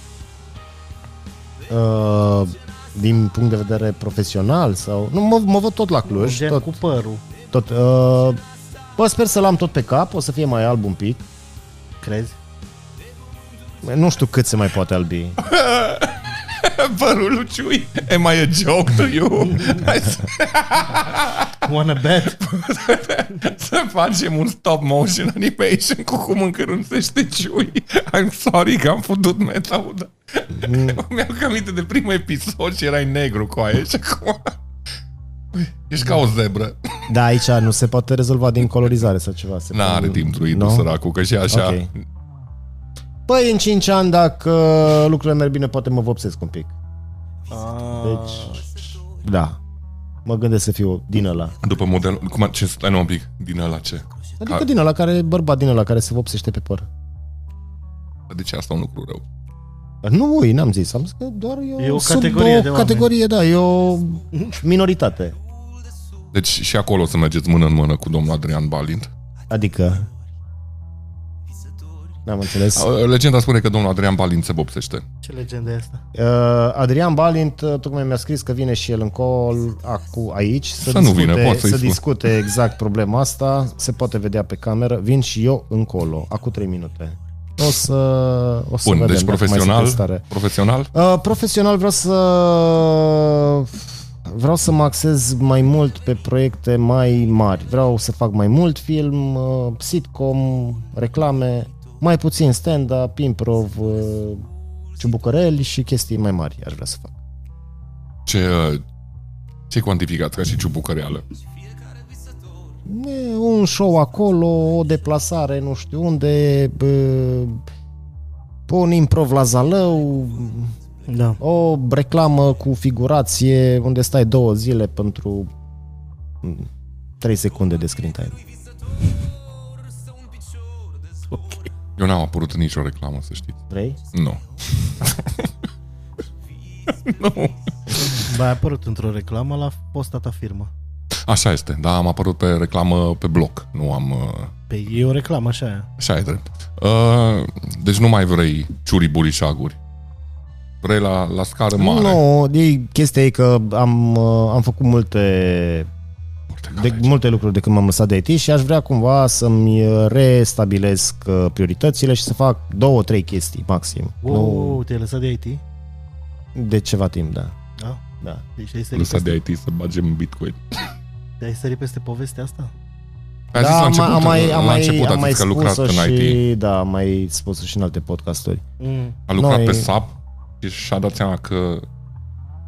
Speaker 1: Uh, din punct de vedere profesional sau... Nu, mă, mă văd tot la Cluj,
Speaker 3: Gen
Speaker 1: tot,
Speaker 3: cu părul,
Speaker 1: tot uh, Bă, sper să-l am tot pe cap, o să fie mai alb un pic.
Speaker 3: crezi?
Speaker 1: Nu știu cât se mai poate albi.
Speaker 2: Părul lui Ciui. Am I a joke to you? Hai să,
Speaker 3: Wanna bet?
Speaker 2: să facem un stop motion animation cu cum încărunțește Ciui. I'm sorry că am făcut meta dar Mi-am aminte de primul episod și erai negru cu aia și acum... Păi, Ești ca o zebră.
Speaker 1: Da, aici nu se poate rezolva din colorizare sau ceva. Se
Speaker 2: N-are
Speaker 1: poate-
Speaker 2: timp lui
Speaker 1: Mm, Nu?
Speaker 2: no? săracul, că și așa...
Speaker 1: Ok. Păi în 5 ani, dacă lucrurile merg bine, poate mă vopsesc un pic.
Speaker 3: Ah,
Speaker 1: Deci, da. Mă gândesc să fiu din ăla.
Speaker 2: După model... Cum, ce, stai nu un pic, din ăla ce?
Speaker 1: Adică
Speaker 2: Ca-
Speaker 1: din ăla care, bărbat din ăla care se vopsește pe păr.
Speaker 2: De ce asta e un lucru rău?
Speaker 1: Nu, ui, n-am zis, am zis că doar eu
Speaker 3: E o
Speaker 1: sunt
Speaker 3: categorie
Speaker 1: o
Speaker 3: de oameni.
Speaker 1: categorie, da, e o minoritate.
Speaker 2: Deci și acolo o să mergeți mână în mână cu domnul Adrian Balint.
Speaker 1: Adică... N-am înțeles.
Speaker 2: A, Legenda spune că domnul Adrian Balint se vopsește.
Speaker 3: ce legendă e asta?
Speaker 1: Uh, Adrian Balint uh, tocmai mi-a scris că vine și el în call acu, aici să,
Speaker 2: Să nu
Speaker 1: discute,
Speaker 2: vină, poți să-i
Speaker 1: să
Speaker 2: spun.
Speaker 1: discute exact problema asta. Se poate vedea pe cameră. Vin și eu încolo, acu 3 minute. O să, o să
Speaker 2: Bun,
Speaker 1: vedem
Speaker 2: deci
Speaker 1: dacă mai sunt
Speaker 2: profesional,
Speaker 1: în stare.
Speaker 2: profesional,
Speaker 1: Uh, profesional vreau să vreau să mă axez mai mult pe proiecte mai mari. Vreau să fac mai mult film, uh, sitcom, reclame, mai puțin stand-up, improv, uh, ciubucăreli și chestii mai mari aș vrea să fac.
Speaker 2: ce, ce cuantificați ca și ciubucă reală?
Speaker 1: E un show acolo, o deplasare nu știu unde, bă, un improv la Zalău,
Speaker 3: Da.
Speaker 1: o reclamă cu figurație unde stai două zile pentru 3 secunde de screen time.
Speaker 2: Eu n-am apărut în nicio reclamă, să știți.
Speaker 1: Vrei?
Speaker 2: Nu. nu.
Speaker 3: Ba, ai apărut într-o reclamă la fosta ta firmă.
Speaker 2: Așa este, dar am apărut pe reclamă pe bloc. Nu am... uh,
Speaker 3: Pe Păi e o reclamă așa aia.
Speaker 2: Așa e drept. Uh, Deci nu mai vrei ciuri, burișaguri. Vrei la, la scară mare.
Speaker 1: Nu, e, chestia e că am, uh, am făcut multe,
Speaker 2: Foarte
Speaker 1: de,
Speaker 2: care-
Speaker 1: multe lucruri de când m-am lăsat de IT și aș vrea cumva să-mi restabilesc uh, prioritățile și să fac două, trei chestii maxim.
Speaker 3: Wow, te-ai lăsat de IT?
Speaker 1: Nu, de ceva timp, da.
Speaker 3: Da.
Speaker 1: da.
Speaker 3: Deci ai sărit,
Speaker 2: Lăsat
Speaker 3: peste,
Speaker 2: de IT să bagem în Bitcoin.
Speaker 3: ai sărit peste povestea asta?
Speaker 2: Ai zis la început,
Speaker 1: Da, am mai, am
Speaker 2: la
Speaker 1: mai,
Speaker 2: început
Speaker 1: am
Speaker 2: a
Speaker 1: mai
Speaker 2: zis că a lucrat
Speaker 1: spus-o
Speaker 2: în IT.
Speaker 1: și, Da, am mai spus și în alte podcasturi.
Speaker 3: Mm.
Speaker 2: A lucrat
Speaker 1: Noi-
Speaker 2: pe SAP și și-a dat seama că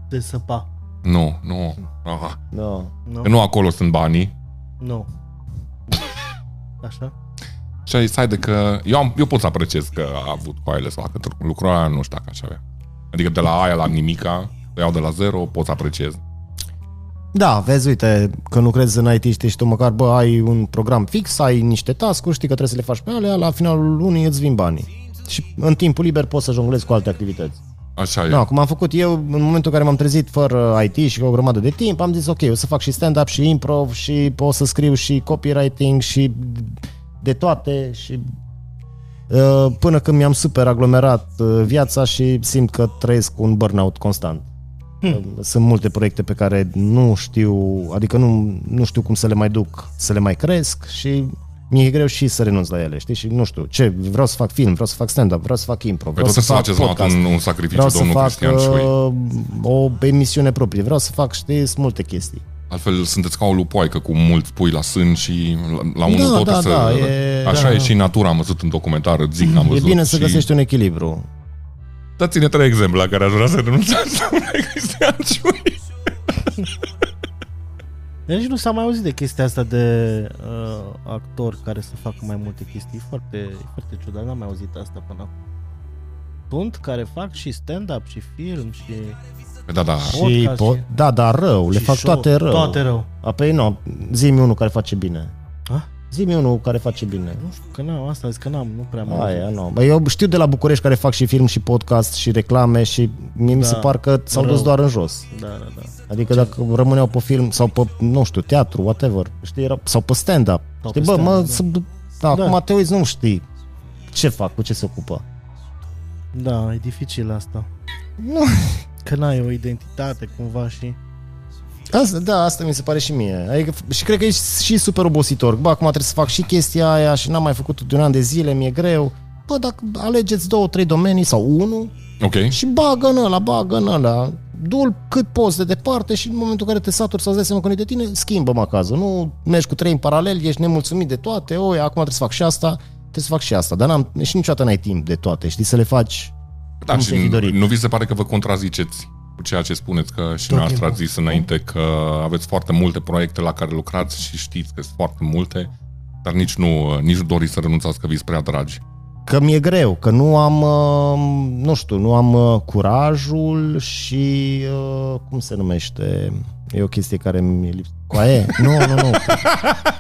Speaker 3: De săpa.
Speaker 2: nu, nu, aha,
Speaker 1: No.
Speaker 3: Nu?
Speaker 2: că nu acolo sunt banii.
Speaker 3: Nu. Așa?
Speaker 2: Și a zis, haide că eu, am, eu pot să apreciez că a avut coaile să facă lucrul ăla, nu știu dacă aș avea. Adică de la aia la nimica, o iau de la zero, pot să apreciez.
Speaker 1: Da, vezi, uite, când lucrezi în IT, știi și tu măcar, bă, ai un program fix, ai niște task-uri, știi că trebuie să le faci pe alea, la finalul lunii îți vin banii. Și în timpul liber poți să jonglezi cu alte activități.
Speaker 2: Așa e.
Speaker 1: Da, cum am făcut eu, în momentul în care m-am trezit fără IT și cu o grămadă de timp, am zis, ok, o să fac și stand-up și improv și o să scriu și copywriting și de toate și uh, până când mi-am super aglomerat uh, viața și simt că trăiesc un burnout constant.
Speaker 2: Hm.
Speaker 1: Hmm. Sunt multe proiecte pe care nu știu, adică nu, nu știu cum să le mai duc, să le mai cresc și mi-e greu și să renunț la ele, știi? Și nu știu, ce, vreau să fac film, vreau să fac stand-up, vreau să fac impro,
Speaker 2: Păi
Speaker 1: vreau
Speaker 2: tot
Speaker 1: să
Speaker 2: să
Speaker 1: fac
Speaker 2: faceți la
Speaker 1: podcast,
Speaker 2: un, un sacrificiu,
Speaker 1: vreau să
Speaker 2: domnul
Speaker 1: fac
Speaker 2: Cristian Șoi.
Speaker 1: uh, o emisiune proprie, vreau să fac, știi, sunt multe chestii.
Speaker 2: Altfel sunteți ca o lupoaică cu mult pui la sân și la, la unul
Speaker 1: Da,
Speaker 2: tot
Speaker 1: da,
Speaker 2: să...
Speaker 1: da, e-
Speaker 2: Așa
Speaker 1: da,
Speaker 2: e
Speaker 1: da.
Speaker 2: și natura, am văzut în documentar, zic, n-am
Speaker 1: E
Speaker 2: văzut.
Speaker 1: bine să
Speaker 2: și...
Speaker 1: găsești un echilibru.
Speaker 2: Dați-ne trei exemple la care aș vrea să renunțați domnule Cristian Șoi.
Speaker 3: Nici nu s-a mai auzit de chestia asta de uh, actori care să facă mai multe chestii. E foarte, e foarte ciudat, n-am mai auzit asta până acum. Sunt care fac și stand-up, și film, și...
Speaker 2: Da, da,
Speaker 1: Și
Speaker 3: Podcast
Speaker 1: po-
Speaker 3: e.
Speaker 1: da, da, rău, le
Speaker 3: și
Speaker 1: fac
Speaker 3: show.
Speaker 1: toate rău.
Speaker 3: Toate rău.
Speaker 1: A, păi nu, zi-mi unul care face bine.
Speaker 3: A?
Speaker 1: Zi-mi unul care face bine.
Speaker 3: Nu știu, că n-am, asta zic că n-am, nu prea am
Speaker 1: Aia, nu. Bă, Eu știu de la București care fac și film și podcast și reclame și mie mi se
Speaker 3: Da.
Speaker 1: par că s-au dus
Speaker 3: Rău.
Speaker 1: doar în jos.
Speaker 3: Da, da, da.
Speaker 1: Adică dacă rămâneau pe film sau pe, nu știu, teatru, whatever, știi, era, sau pe stand-up.
Speaker 3: Sau
Speaker 1: știi,
Speaker 3: pe
Speaker 1: bă, mă,
Speaker 3: stand-up,
Speaker 1: să, da,
Speaker 3: Da.
Speaker 1: acum te uiți, nu știi ce fac, cu ce se ocupă.
Speaker 3: Da, e dificil asta.
Speaker 1: Nu.
Speaker 3: Că n-ai o identitate cumva și...
Speaker 1: Asta, da, asta mi se pare și mie. Adică, f- și cred că e și super obositor. Bă, acum trebuie să fac și chestia aia și n-am mai făcut-o de un an de zile, mi-e greu. Bă, dacă alegeți două, trei domenii sau unul,
Speaker 2: ok.
Speaker 1: Și bagă în ăla, bagă în ăla. Du-l cât poți de departe și în momentul în care te saturi sau îți dai seama că nu de tine, schimbă-mă acasă. Nu mergi cu trei în paralel, ești nemulțumit de toate, oi, acum trebuie să fac și asta, trebuie să fac și asta. Dar n-am, și niciodată n-ai timp de toate, știi, să le faci
Speaker 2: Da,
Speaker 1: cum
Speaker 2: și
Speaker 1: ți-ai fi dorit.
Speaker 2: nu vi se pare că vă contraziceți cu ceea ce spuneți, că și noastră ați zis înainte că aveți foarte multe proiecte la care lucrați și știți că sunt foarte multe, dar nici nu, nici nu doriți să renunțați că vi prea dragi.
Speaker 1: că mi-e greu, că nu am, uh, nu știu, nu am uh, curajul și, uh, cum se numește, e o chestie care mi lipsește. Coaie? Nu, nu, nu.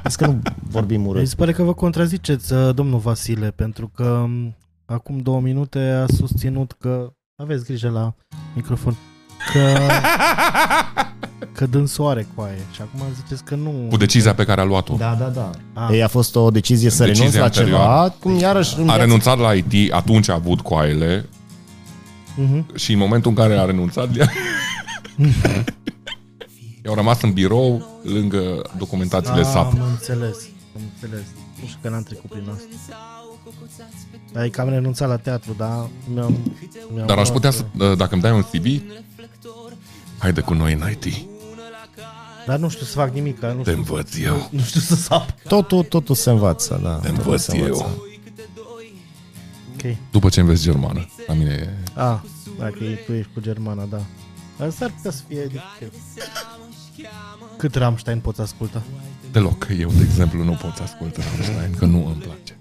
Speaker 1: Vezi că nu vorbim
Speaker 3: Îi
Speaker 1: urât.
Speaker 3: Păi, se pare că vă contraziceți, uh, domnul Vasile, pentru că m, acum două minute a susținut că... Aveți grijă la microfon. Că... că dând soare cu aia. Și acum ziceți că nu...
Speaker 2: Cu decizia pe care a luat-o.
Speaker 1: Da, da, da.
Speaker 3: Ah.
Speaker 1: Ei, a fost o decizie să
Speaker 2: Decizia
Speaker 1: renunț la
Speaker 2: anterioară.
Speaker 1: ceva, cum iarăși... în
Speaker 2: A
Speaker 1: viață-
Speaker 2: renunțat la IT, atunci a avut coaile
Speaker 3: Mhm.
Speaker 2: și în momentul în care a renunțat, i-a- i-au rămas în birou lângă documentațiile
Speaker 3: Ah,
Speaker 2: SAP.
Speaker 3: am înțeles. Am înțeles. Nu știu că n-am trecut prin asta. Adică am renunțat la teatru, dar mi-am... mi-am
Speaker 2: Dar aș
Speaker 3: luat,
Speaker 2: putea
Speaker 3: uh,
Speaker 2: să, ă, dacă îmi dai un CV, haide cu noi în IT,
Speaker 3: Dar nu știu să fac nimic, nu
Speaker 2: te
Speaker 3: știu,
Speaker 2: învăț eu.
Speaker 3: nu știu să sap.
Speaker 1: Totul, totul se învață, da.
Speaker 2: Te
Speaker 1: Totul
Speaker 2: învăț
Speaker 1: se învață.
Speaker 2: eu.
Speaker 3: Ok.
Speaker 2: După ce înveți germană. La mine e...
Speaker 3: Ah, dacă e- tu ești cu germana, da. Asta ar putea să fie dificil. Cât Rammstein poți asculta?
Speaker 2: Deloc. Eu, de exemplu, nu pot să ascult Rammstein, că nu îmi place.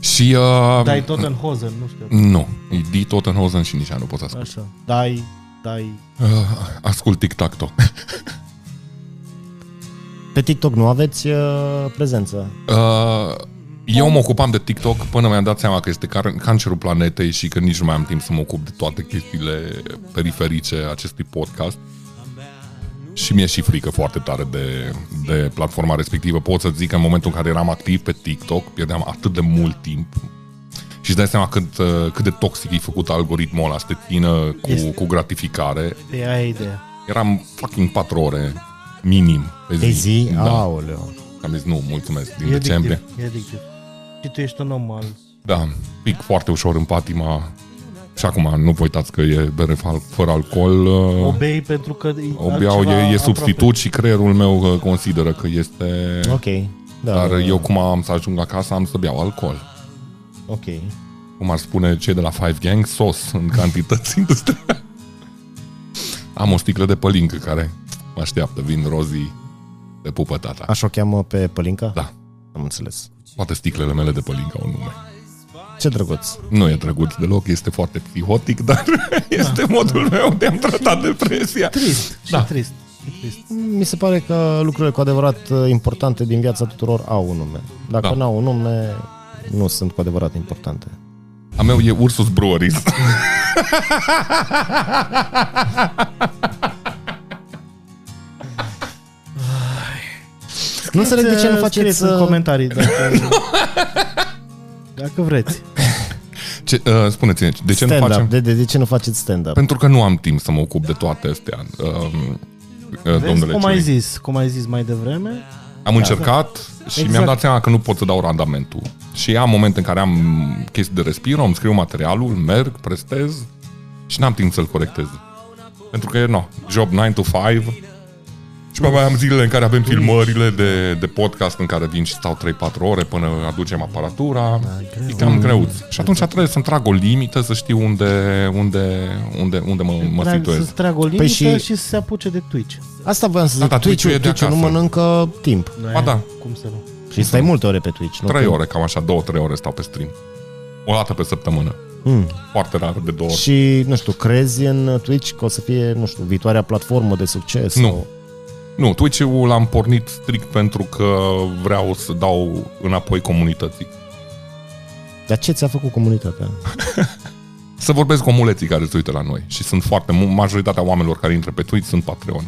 Speaker 2: Și... Uh,
Speaker 3: Dai tot în Hosen, nu știu.
Speaker 2: Nu. E Die Tottenhausen și nici aia nu pot să ascult.
Speaker 3: Așa. Dai, dai...
Speaker 2: Uh, ascult tic-tac-toe.
Speaker 1: Pe TikTok nu aveți uh, prezență.
Speaker 2: Uh, eu mă ocupam de TikTok până mi-am dat seama că este car- cancerul planetei și că nici nu mai am timp să mă ocup de toate chestiile periferice acestui podcast. Și mi-e și frică foarte tare de, de platforma respectivă. Pot să zic că în momentul în care eram activ pe TikTok, pierdeam atât de mult timp și îți dai seama cât, uh, cât de toxic e făcut algoritmul ăla să te țină cu,
Speaker 3: Este.
Speaker 2: cu gratificare.
Speaker 3: Pe aia e ideea.
Speaker 2: Eram fucking 4 ore minim pe zi.
Speaker 1: Pe zi? Da.
Speaker 2: Da.
Speaker 1: Aoleu.
Speaker 2: Am zis nu, mulțumesc, din
Speaker 3: E
Speaker 2: decembrie.
Speaker 3: addictiv, E addictiv. Și tu ești un om al...
Speaker 2: Da, pic foarte ușor în patima. Și acum, nu vă uitați că e bere fal- fără alcool. uh,
Speaker 3: Obei pentru că... e
Speaker 2: Obiau
Speaker 3: altceva
Speaker 2: e, e
Speaker 3: aproape.
Speaker 2: substitut și creierul meu uh, consideră că este...
Speaker 1: Ok. Da,
Speaker 2: Dar
Speaker 1: da,
Speaker 2: eu cum am să ajung acasă, am să beau alcool.
Speaker 1: Ok.
Speaker 2: Cum ar spune cei de la Five Gang, sos în cantități industriale. Am o sticlă de pălincă care mă așteaptă. Vin rozii de pupă tata.
Speaker 1: Așa o cheamă pe Pălinca?
Speaker 2: Da.
Speaker 1: Am înțeles.
Speaker 2: Toate sticlele mele de pălincă au nume.
Speaker 1: Ce drăguț.
Speaker 2: Nu e drăguț deloc, este foarte psihotic, dar este modul meu de a-mi trata depresia.
Speaker 3: Trist,
Speaker 2: Da.
Speaker 3: da. trist. și trist.
Speaker 1: Mi se pare că lucrurile cu adevărat uh, importante din viața tuturor au un nume. Dacă
Speaker 2: Da.
Speaker 1: da. nu au un nume, nu sunt cu adevărat importante.
Speaker 2: A meu e Ursus Breweries.
Speaker 1: Nu înțeleg de ce nu
Speaker 3: Scrieți
Speaker 1: faceți...
Speaker 3: în
Speaker 1: uh,
Speaker 3: comentarii dacă, dacă vreți.
Speaker 2: Da, Ce, uh, spuneți-ne, de ce nu
Speaker 1: stand-up?
Speaker 2: facem?
Speaker 1: De, de, de ce nu faceți stand-up?
Speaker 2: Pentru că nu am timp să mă ocup de toate astea, uh, uh,
Speaker 3: Vezi
Speaker 2: domnule
Speaker 3: cum ai
Speaker 2: Ciui.
Speaker 3: zis, cum ai zis mai devreme,
Speaker 2: Am încercat și mi-am dat seama că nu pot să dau randamentul. Și am momente în care am chestii de respiro, îmi scriu materialul, merg, prestez și n-am timp să-l corectez. Pentru că, no, job 9 to 5 și mai am zilele în care avem filmările de, de podcast în care vin și stau 3-4 ore până aducem aparatura. E cam greuț. Și atunci trebuie să-mi trag o limită, să știu unde, unde, unde, unde mă, mă
Speaker 3: Trag,
Speaker 2: situez.
Speaker 3: să-ți trag o limită
Speaker 1: Păi
Speaker 3: și...
Speaker 1: și-
Speaker 3: și să se apuce de Twitch.
Speaker 1: Asta voiam să
Speaker 2: Da,
Speaker 1: zic,
Speaker 2: da, Twitch-ul e
Speaker 1: Twitch-ul,
Speaker 2: de
Speaker 1: Twitch-ul nu
Speaker 2: acasă.
Speaker 1: mănâncă timp.
Speaker 2: Ba da.
Speaker 3: Cum să nu?
Speaker 1: Și stai multe ore pe Twitch, nu?
Speaker 2: Trei ore, cam așa, două, trei ore stau pe stream. O dată pe săptămână.
Speaker 1: Mm.
Speaker 2: Foarte rar, de două ori.
Speaker 1: Și, nu știu, crezi în Twitch că o să fie, nu știu, viitoarea platformă de succes?
Speaker 2: Nu.
Speaker 1: Sau...
Speaker 2: Nu, Twitch-ul l-am pornit strict pentru că vreau să dau înapoi comunității.
Speaker 1: Dar ce ți-a făcut comunitatea?
Speaker 2: Să vorbesc cu omuleții care se uită la noi. Și sunt foarte... mu- Majoritatea oamenilor care intră pe Twitch sunt Patreon.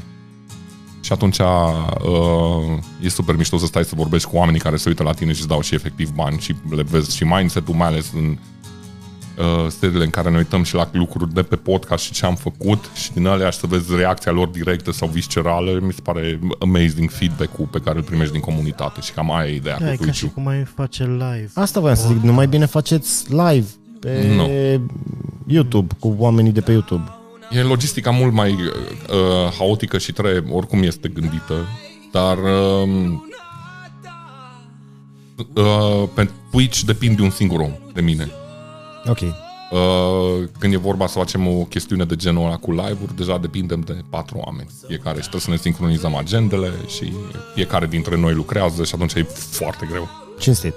Speaker 2: Și atunci uh, e super mișto să stai să vorbești cu oamenii care se uită la tine și îți dau și efectiv bani și le vezi și mindset-ul, mai ales în uh, stările în care ne uităm și la lucruri de pe podcast și ce am făcut și din alea și să vezi reacția lor directă sau viscerală, mi se pare amazing feedback-ul pe care îl primeși din comunitate și cam aia e ideea
Speaker 3: Da, e
Speaker 2: cu
Speaker 3: ca și
Speaker 2: Twitch-ul.
Speaker 3: cum ai face live.
Speaker 1: Asta voiam să zic, nu mai bine faceți live pe
Speaker 2: Nu.
Speaker 1: YouTube, cu oamenii de pe YouTube.
Speaker 2: E logistica mult mai uh, haotică și trebuie, oricum este gândită, dar uh, uh, pe Twitch depinde de un singur om, de mine.
Speaker 1: Ok.
Speaker 2: Uh, când e vorba să facem o chestiune de genul ăla cu live-uri, deja depindem de patru oameni. Fiecare și trebuie să ne sincronizăm agendele și fiecare dintre noi lucrează și atunci e foarte greu.
Speaker 1: Cinstit.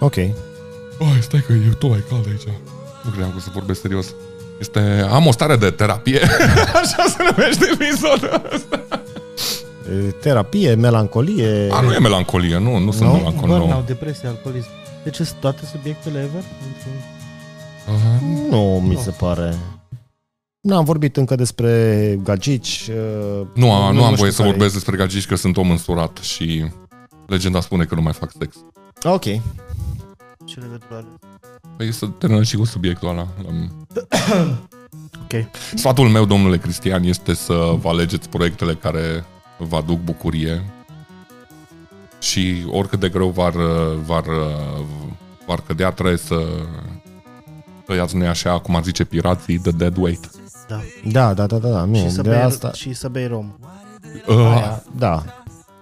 Speaker 1: Ok.
Speaker 2: Băi, stai că e tot mai cald aici. Nu credeam că să vorbesc serios. Este... Am o stare de terapie. Așa se numește episodul ăsta.
Speaker 1: E, Terapie, melancolie...
Speaker 2: A, Ah, nu e melancolie, nu, nu sunt
Speaker 1: Nu?
Speaker 2: melancolie.
Speaker 3: Burnout,
Speaker 2: Nu.
Speaker 3: depresie, alcoolism. Deci sunt toate subiectele ever? Într-un...
Speaker 2: Aha.
Speaker 1: Nu, mi se pare. Nu, am vorbit încă despre gagici. uh,
Speaker 2: Nu, a- nu, nu
Speaker 1: știu
Speaker 2: am voie să
Speaker 1: care e.
Speaker 2: vorbesc despre gagici că sunt om însurat și legenda spune că nu mai fac sex.
Speaker 1: Ok.
Speaker 4: Ce legătură are?
Speaker 2: Păi să terminăm și cu subiectul ăla.
Speaker 3: Ok.
Speaker 2: Sfatul meu, domnule Cristian, este să vă alegeți proiectele care vă aduc bucurie și oricât de greu v-ar, v-ar, v-ar cădea, trebuie să tăiați nu așa, cum ar zice pirații, the dead weight.
Speaker 3: Da.
Speaker 1: Da, da, da, da, da. Nu,
Speaker 3: și, să
Speaker 1: de
Speaker 3: bei,
Speaker 1: asta...
Speaker 3: și să bei rom.
Speaker 2: Uh,
Speaker 1: Da.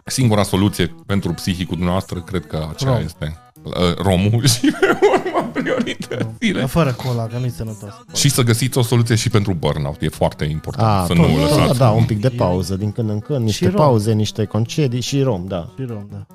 Speaker 2: singura soluție pentru psihicul dumneavoastră, cred că aceea
Speaker 3: Rom.
Speaker 2: este uh, romul și pe urmă prioritățile.
Speaker 3: Fără cola, că nu-i sănătos.
Speaker 2: Și să găsiți o soluție și pentru burnout. E foarte important
Speaker 1: A,
Speaker 2: să
Speaker 1: tot,
Speaker 2: nu
Speaker 1: tot, da,
Speaker 2: lăsați.
Speaker 1: da, un pic de pauză din când în când,
Speaker 3: Și
Speaker 1: niște
Speaker 3: rom.
Speaker 1: pauze, niște concedii și rom, da.
Speaker 3: Și rom, da.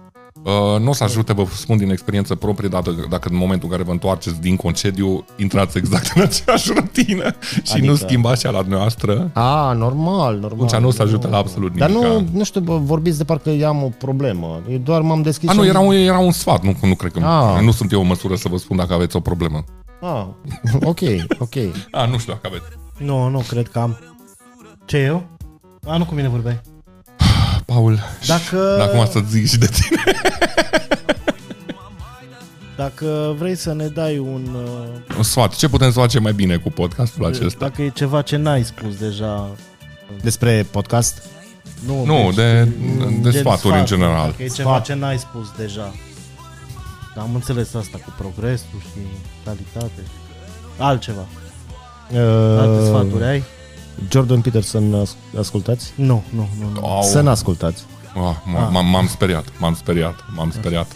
Speaker 2: Uh, nu o să ajute, vă spun din experiență proprie, dacă, dacă în momentul în care vă întoarceți din concediu, intrați exact în aceeași rutină și
Speaker 1: Adică-
Speaker 2: nu schimbați cea la noastră.
Speaker 1: A, normal, normal.
Speaker 2: Atunci nu o să ajute la absolut nimic.
Speaker 1: Dar nu, nu știu, bă, vorbiți de parcă eu am o problemă. Eu doar m-am deschis.
Speaker 2: A, nu,
Speaker 1: și-
Speaker 2: era un, era un sfat, nu, nu cred că...
Speaker 1: Ah.
Speaker 2: Nu sunt eu în măsură să vă spun dacă aveți o problemă.
Speaker 1: A, "Ah, ok, ok.
Speaker 2: A, nu știu dacă aveți.
Speaker 3: Nu, nu, cred că am. Ce eu? A, nu cu mine vorbeai.
Speaker 2: Paul,
Speaker 3: Dacă-
Speaker 2: acum să zic și de tine.
Speaker 3: Dacă vrei să ne dai un... uh,
Speaker 2: Un sfat, ce putem să facem mai bine cu podcastul acesta?
Speaker 3: Dacă e ceva ce n-ai spus deja... uh,
Speaker 1: Despre podcast?
Speaker 3: Nu, deci-
Speaker 2: Nu, de, de
Speaker 3: gen
Speaker 2: sfaturi
Speaker 3: sfat,
Speaker 2: în general.
Speaker 3: Dacă e ceva
Speaker 1: Sfat.
Speaker 3: ce n-ai spus deja. Dar Am înțeles asta cu progresul și calitate. Altceva. Alte
Speaker 1: Uh,
Speaker 3: sfaturi ai?
Speaker 1: Jordan Peterson as- ascultați?
Speaker 3: Nu, nu, nu. nu.
Speaker 2: Au,
Speaker 1: Să n-ascultați.
Speaker 2: Ah, m- m- m-am speriat, m-am speriat,
Speaker 3: Ah.
Speaker 2: m-am speriat.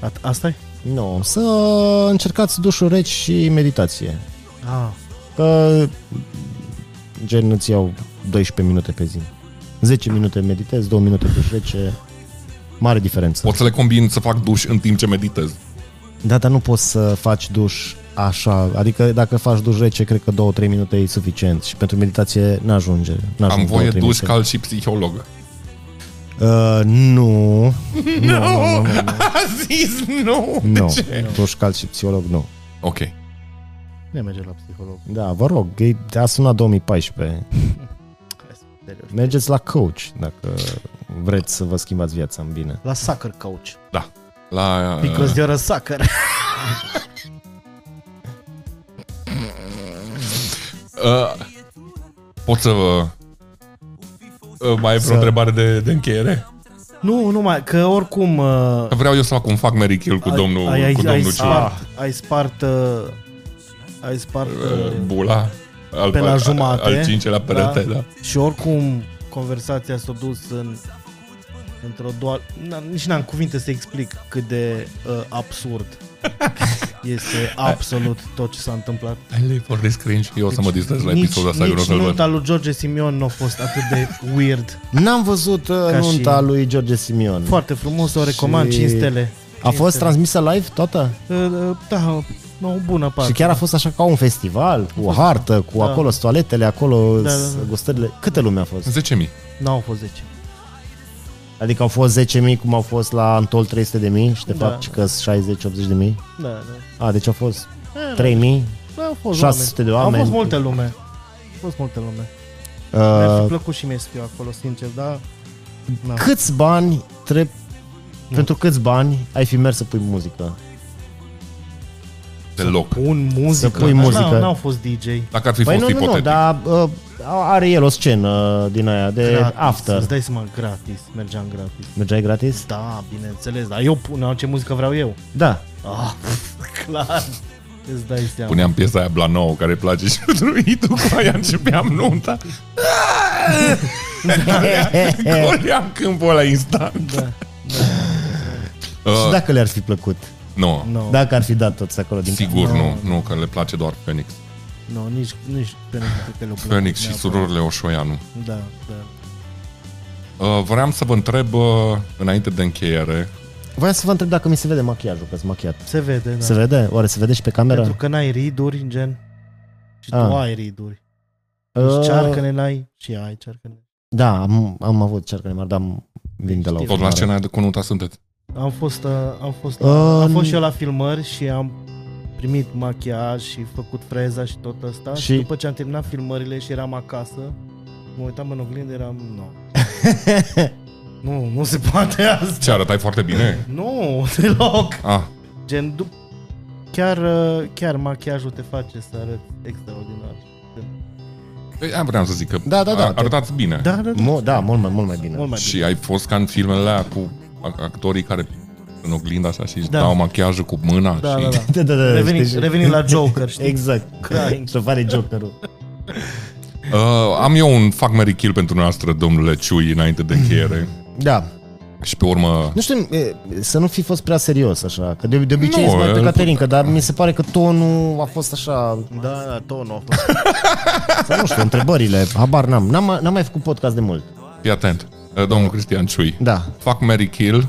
Speaker 2: Da.
Speaker 3: A- Asta e?
Speaker 1: Nu, să încercați dușuri reci și meditație.
Speaker 3: Ah,
Speaker 1: Că gen îți iau 12 minute pe zi. 10 minute meditezi, 2 minute duș rece. Mare diferență.
Speaker 2: Pot să le combin să fac duș în timp ce meditez.
Speaker 1: Da, dar nu poți să faci duș așa. Adică dacă faci duș rece, cred că 2-3 minute e suficient. Și pentru meditație n-ajunge. n-ajung
Speaker 2: Am voie
Speaker 1: 2-3
Speaker 2: duș
Speaker 1: minute.
Speaker 2: cal și psiholog.
Speaker 1: Uh, nu. nu, nu, nu,
Speaker 2: A zis nu!
Speaker 1: nu. nu. Duș cal și psiholog, nu.
Speaker 2: Ok.
Speaker 3: ne merge la psiholog.
Speaker 1: Da, vă rog, e, a sunat 2014.
Speaker 3: Serios.
Speaker 1: Mergeți la coach dacă vreți să vă schimbați viața în bine.
Speaker 3: La soccer coach.
Speaker 2: da. La...
Speaker 3: Because you're a soccer.
Speaker 2: Uh, pot să vă... Uh, mai e vreo
Speaker 1: Să-
Speaker 2: întrebare de, de încheiere?
Speaker 3: Nu, numai, că oricum... uh,
Speaker 2: Că Vreau eu să fac cum fac Mary Kill cu
Speaker 3: ai-
Speaker 2: domnul,
Speaker 3: ai, ai,
Speaker 2: cu
Speaker 3: ai,
Speaker 2: domnul Ciu.
Speaker 3: spart, ai spart... uh, Ai spart...
Speaker 2: Uh,
Speaker 3: uh,
Speaker 2: Bula. Al,
Speaker 3: Pe la
Speaker 2: al-
Speaker 3: jumate.
Speaker 2: Al cincelea perete, da. da.
Speaker 3: Și oricum conversația s-a dus în, într-o doar... n- Nici n-am cuvinte să explic cât de uh, absurd este absolut tot ce s-a întâmplat.
Speaker 2: I live for this cringe. Eu o să mă
Speaker 1: Deci
Speaker 2: distrez la
Speaker 3: nici
Speaker 2: episodul ăsta, eu nu o
Speaker 3: nici
Speaker 2: să-l văd.
Speaker 1: da.
Speaker 3: nunta lui George Simion nu a fost atât de weird.
Speaker 1: N-am văzut uh,
Speaker 3: Ca și-
Speaker 1: nunta lui George Simion.
Speaker 3: Foarte frumos, o recomand,
Speaker 1: Și-
Speaker 3: 5 stele.
Speaker 1: A fost transmisă live toată?
Speaker 3: Uh, uh, da, o bună parte.
Speaker 1: Și chiar a fost așa ca un festival, cu o hartă, cu
Speaker 3: Da.
Speaker 1: acolo toaletele, acolo
Speaker 3: Da,
Speaker 1: da,
Speaker 3: da,
Speaker 1: da,
Speaker 3: da.
Speaker 1: gustările. Câte lume a fost?
Speaker 2: 10.000.
Speaker 3: N-au fost 10.
Speaker 1: Adică au fost 10.000 cum au fost la Antol 300.000 și de
Speaker 3: Da.
Speaker 1: fapt că sunt 60-80.000.
Speaker 3: Da, da.
Speaker 1: A, deci au fost
Speaker 3: Era-
Speaker 1: 3.000. Uh,
Speaker 3: Păi, Au fost
Speaker 1: 600 de
Speaker 3: Au
Speaker 1: oameni.
Speaker 3: fost multe lume. Au fost multe lume. Mi-ar
Speaker 1: Uh,
Speaker 3: fi plăcut și mie să fiu acolo, sincer, da? dar... Na.
Speaker 1: câți bani trebuie
Speaker 3: Da.
Speaker 1: pentru câți bani ai fi mers să pui muzică?
Speaker 2: Deloc.
Speaker 3: Un muzică.
Speaker 1: pui muzică.
Speaker 3: N-au, n-au fost DJ.
Speaker 2: Dacă ar fi
Speaker 1: Păi
Speaker 2: fost
Speaker 1: nu, nu, nu,
Speaker 2: ipotetic.
Speaker 1: dar uh, are el o scenă din aia de
Speaker 3: Gratis.
Speaker 1: after.
Speaker 3: Îți dai seama, gratis. Mergeam gratis.
Speaker 1: Mergeai gratis?
Speaker 3: Da, bineînțeles, dar eu pun am ce muzică vreau eu.
Speaker 1: Da.
Speaker 2: Uh.
Speaker 3: Ah, clar. Îți dai seama.
Speaker 2: Puneam piesa aia Blanou, care îi place și lui tu cu aia începeam nunta. Goleam câmpul ăla instant.
Speaker 3: Da.
Speaker 1: Și
Speaker 2: Uh,
Speaker 1: dacă le-ar fi plăcut?
Speaker 2: nu,
Speaker 3: No. Da.
Speaker 1: Dacă ar fi dat toți acolo din
Speaker 2: Uh. sigur nu, nu, că le place doar Phoenix.
Speaker 3: No, nici, nici pentru câte le
Speaker 2: Phoenix și surorile Oșoianu.
Speaker 3: Da, da.
Speaker 2: Uh, vreau să vă întreb, uh, înainte de încheiere,
Speaker 1: Vreau să vă întreb dacă mi se vede machiajul, că-s machiat.
Speaker 3: Se vede, da.
Speaker 1: Se vede? Oare se vede și pe cameră?
Speaker 3: Pentru că n-ai riduri, gen. Și tu
Speaker 1: Ah. Uh.
Speaker 3: ai riduri. Deci cearcăne n-ai și ai cearcăne.
Speaker 1: Da, am, am avut cercăne mari, dar am vin de la o
Speaker 2: tot la
Speaker 1: filmare.
Speaker 2: scena de conunta sunteți.
Speaker 3: Am fost, uh, am fost,
Speaker 1: Uh,
Speaker 3: am fost
Speaker 1: n-
Speaker 3: și eu la filmări și am primit machiaj și făcut freza și tot ăsta și,
Speaker 1: Și-
Speaker 3: după ce am terminat filmările și eram acasă, mă uitam în oglindă, eram, nu. nu, nu se poate asta.
Speaker 2: Ce arătai foarte bine?
Speaker 3: Nu, deloc.
Speaker 1: Da.
Speaker 2: Ah,
Speaker 3: Gen, dup- chiar, uh, chiar machiajul te face să arăți extraordinar.
Speaker 2: păi, aia vreau să zic că
Speaker 1: Da, da, da,
Speaker 2: ar-
Speaker 1: te-
Speaker 2: arătați bine.
Speaker 3: Da, da, da.
Speaker 1: Mo- da, mult mai, mult mai bine.
Speaker 3: Mult mai bine.
Speaker 2: Și ai fost ca în filmele alea cu ac- actorii care în oglinda așa și da.
Speaker 3: Da.
Speaker 2: dau machiajul cu mâna
Speaker 3: Da,
Speaker 2: și...
Speaker 3: da, da.
Speaker 1: Da, da, da,
Speaker 3: Revenim,
Speaker 1: știi?
Speaker 3: revenim la Joker, știi?
Speaker 1: Exact.
Speaker 3: Crying.
Speaker 1: Și apare Jokerul.
Speaker 2: Uh, am eu un fac Mary Kill pentru noastră, domnule Ciui, înainte de încheiere.
Speaker 1: Da.
Speaker 2: și pe urmă...
Speaker 1: Nu știu, e, să nu fi fost prea serios așa, că de, de obicei
Speaker 2: Nu,
Speaker 1: ești mai pe
Speaker 2: el-
Speaker 1: Caterinca, dar mi se pare că tonul a fost așa,
Speaker 4: Da, da, tonul a fost.
Speaker 1: sau nu știu, întrebările, habar n-am. N-am, mai- n-am mai făcut podcast de mult.
Speaker 2: Fii atent. Uh, Domnul Cristian Ciui.
Speaker 1: Da,
Speaker 2: Fac Mary Kill,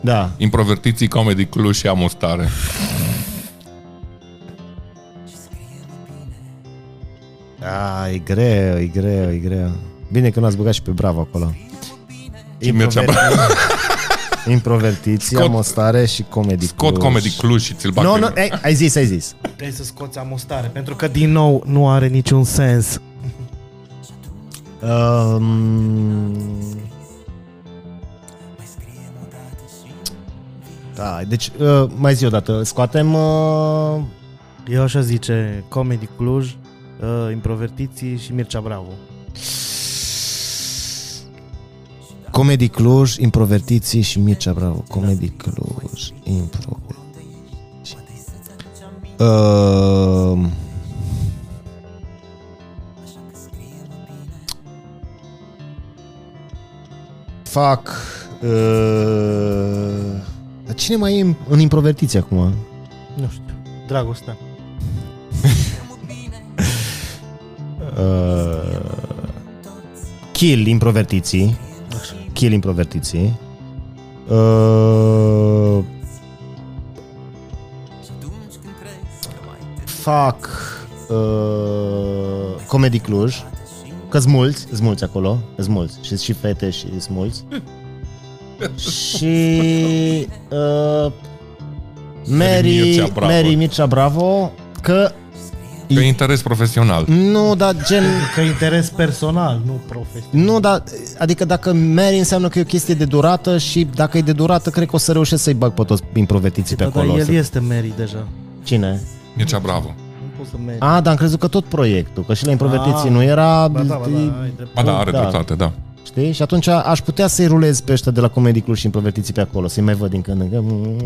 Speaker 1: da.
Speaker 2: Introvertiții Comedy Club și am o stare.
Speaker 1: A, Ah, e greu, e greu, e greu. Bine că n-ați băgat și pe Bravo acolo.
Speaker 2: Și Mircea
Speaker 1: Introvertiții,
Speaker 2: Scot-
Speaker 1: am o stare și comedy
Speaker 2: Scot
Speaker 1: Club.
Speaker 2: Comedy Club și ți-l bag
Speaker 1: Nu,
Speaker 2: pe-
Speaker 1: nu, ai, ai zis, ai zis.
Speaker 3: Trebuie să scoți amostare, pentru că din nou nu are niciun sens.
Speaker 1: Um... Da, deci uh, mai zi o dată, scoatem uh,
Speaker 3: Eu așa zice Comedy Cluj, uh, Introvertiții și Mircea Bravo.
Speaker 1: Comedy Cluj, Introvertiții și Mircea Bravo. Comedy Cluj, Impro. Uh, fac... Uh, dar cine mai e în, în introvertiție acum?
Speaker 3: Nu știu, dragostea.
Speaker 1: Uh, kill introvertiții. Kill introvertiții. Uh, fac uh, Comedy Cluj. Că sunt mulți, sunt mulți acolo, sunt mulți. Și și fete și sunt mulți. și uh, Mary,
Speaker 2: Mircea Bravo.
Speaker 1: Mary Mircea Bravo, că
Speaker 2: Pe interes profesional.
Speaker 1: nu, dar gen...
Speaker 3: Că interes personal, nu profesional.
Speaker 1: Nu, dar adică dacă meri înseamnă că e o chestie de durată și dacă e de durată, cred că o să reușesc să-i bag pe toți introvertiții pe
Speaker 3: Da, dar
Speaker 1: acolo.
Speaker 3: el
Speaker 1: Să-
Speaker 3: este Mary deja.
Speaker 1: Cine?
Speaker 2: Mircea Bravo.
Speaker 3: Nu poți să Mary.
Speaker 1: A, dar am crezut că tot proiectul, că și la introvertiții
Speaker 3: Ah.
Speaker 1: nu era...
Speaker 3: Ba da, ba da, ai
Speaker 2: Ba
Speaker 3: dreptate.
Speaker 2: da, are
Speaker 1: Da.
Speaker 2: dreptate, da.
Speaker 1: Știi? Și atunci aș putea să-i rulez pe ăștia de la Comedy Club și împrăvertiții pe acolo, să-i mai văd din când în când.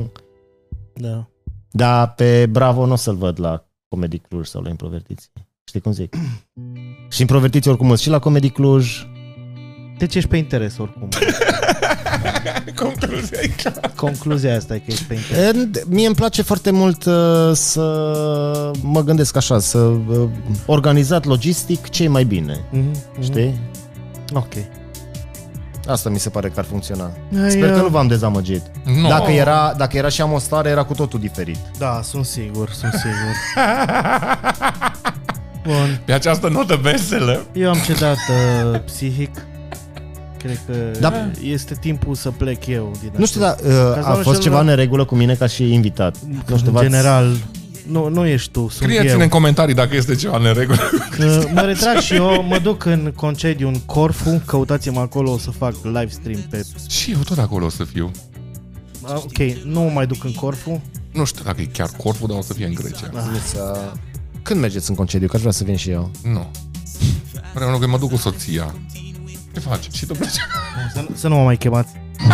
Speaker 3: Da.
Speaker 1: Dar pe Bravo nu o să-l văd la Comedy Cluj sau la Improvertiți. Știi cum zic? și Improvertiți oricum sunt și la Comedy Cluj.
Speaker 3: Deci ești pe interes oricum.
Speaker 2: Concluzia e că-
Speaker 3: Concluzia asta e că ești pe interes.
Speaker 1: And, mie îmi place foarte mult uh, să mă gândesc așa, să uh, organizat logistic ce mai bine.
Speaker 3: Mm-hmm.
Speaker 1: Știi?
Speaker 3: Ok.
Speaker 1: Asta mi se pare că ar funcționa.
Speaker 4: Ai,
Speaker 1: Sper că
Speaker 4: uh,
Speaker 1: nu v-am dezamăgit.
Speaker 2: Nu.
Speaker 1: Dacă, era, dacă era și am o stare, era cu totul diferit.
Speaker 4: Da, sunt sigur, sunt sigur.
Speaker 3: Bun.
Speaker 2: Pe această notă veselă.
Speaker 3: Eu am cedat uh, psihic. Cred că
Speaker 1: Da.
Speaker 3: este timpul să plec eu din
Speaker 1: Nu știu,
Speaker 3: acest-
Speaker 1: dar uh, a
Speaker 3: doamnă
Speaker 1: fost ceva în
Speaker 3: Șelura-
Speaker 1: neregulă cu mine ca și invitat. Nu știu,
Speaker 3: în
Speaker 1: v-ați-
Speaker 3: general, nu, nu ești tu, sunt eu.
Speaker 2: Scrieți-ne în comentarii dacă este ceva în regulă.
Speaker 3: Uh, Mă retrag și eu, mă duc în concediu în Corfu, căutați-mă acolo, o să fac live stream pe...
Speaker 2: Și eu tot acolo o să fiu.
Speaker 3: Ah, Ok, nu mă mai duc în Corfu.
Speaker 2: Nu știu dacă e chiar corpul, dar o să fie în Grecia.
Speaker 1: Să- uh, Când mergeți în concediu? Că aș vrea să vin și eu.
Speaker 2: Nu. Vreau că mă duc cu soția. Ce faci? Și tu pleci.
Speaker 3: Să, să nu mă mai chemați.
Speaker 2: Uh,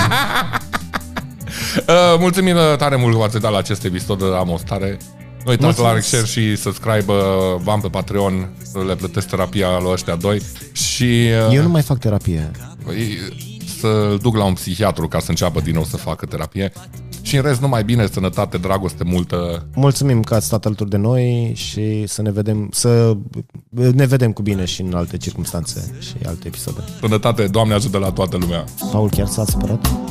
Speaker 2: mulțumim uh, tare mult că v-ați uitat la acest episod de la Mostare. Nu uitați la like, share și subscribe. uh, V-am pe Patreon. Le plătesc terapia lui ăștia doi. Și uh,
Speaker 1: Eu nu mai fac terapie.
Speaker 2: e- să-l duc la un psihiatru ca să înceapă din nou să facă terapie. Și în rest, numai bine, sănătate, dragoste, multă...
Speaker 1: Mulțumim că ați stat alături de noi și să ne vedem, să ne vedem cu bine și în alte circunstanțe și alte episoade.
Speaker 2: Sănătate, Doamne ajută la toată lumea!
Speaker 1: Paul, chiar s-a supărat?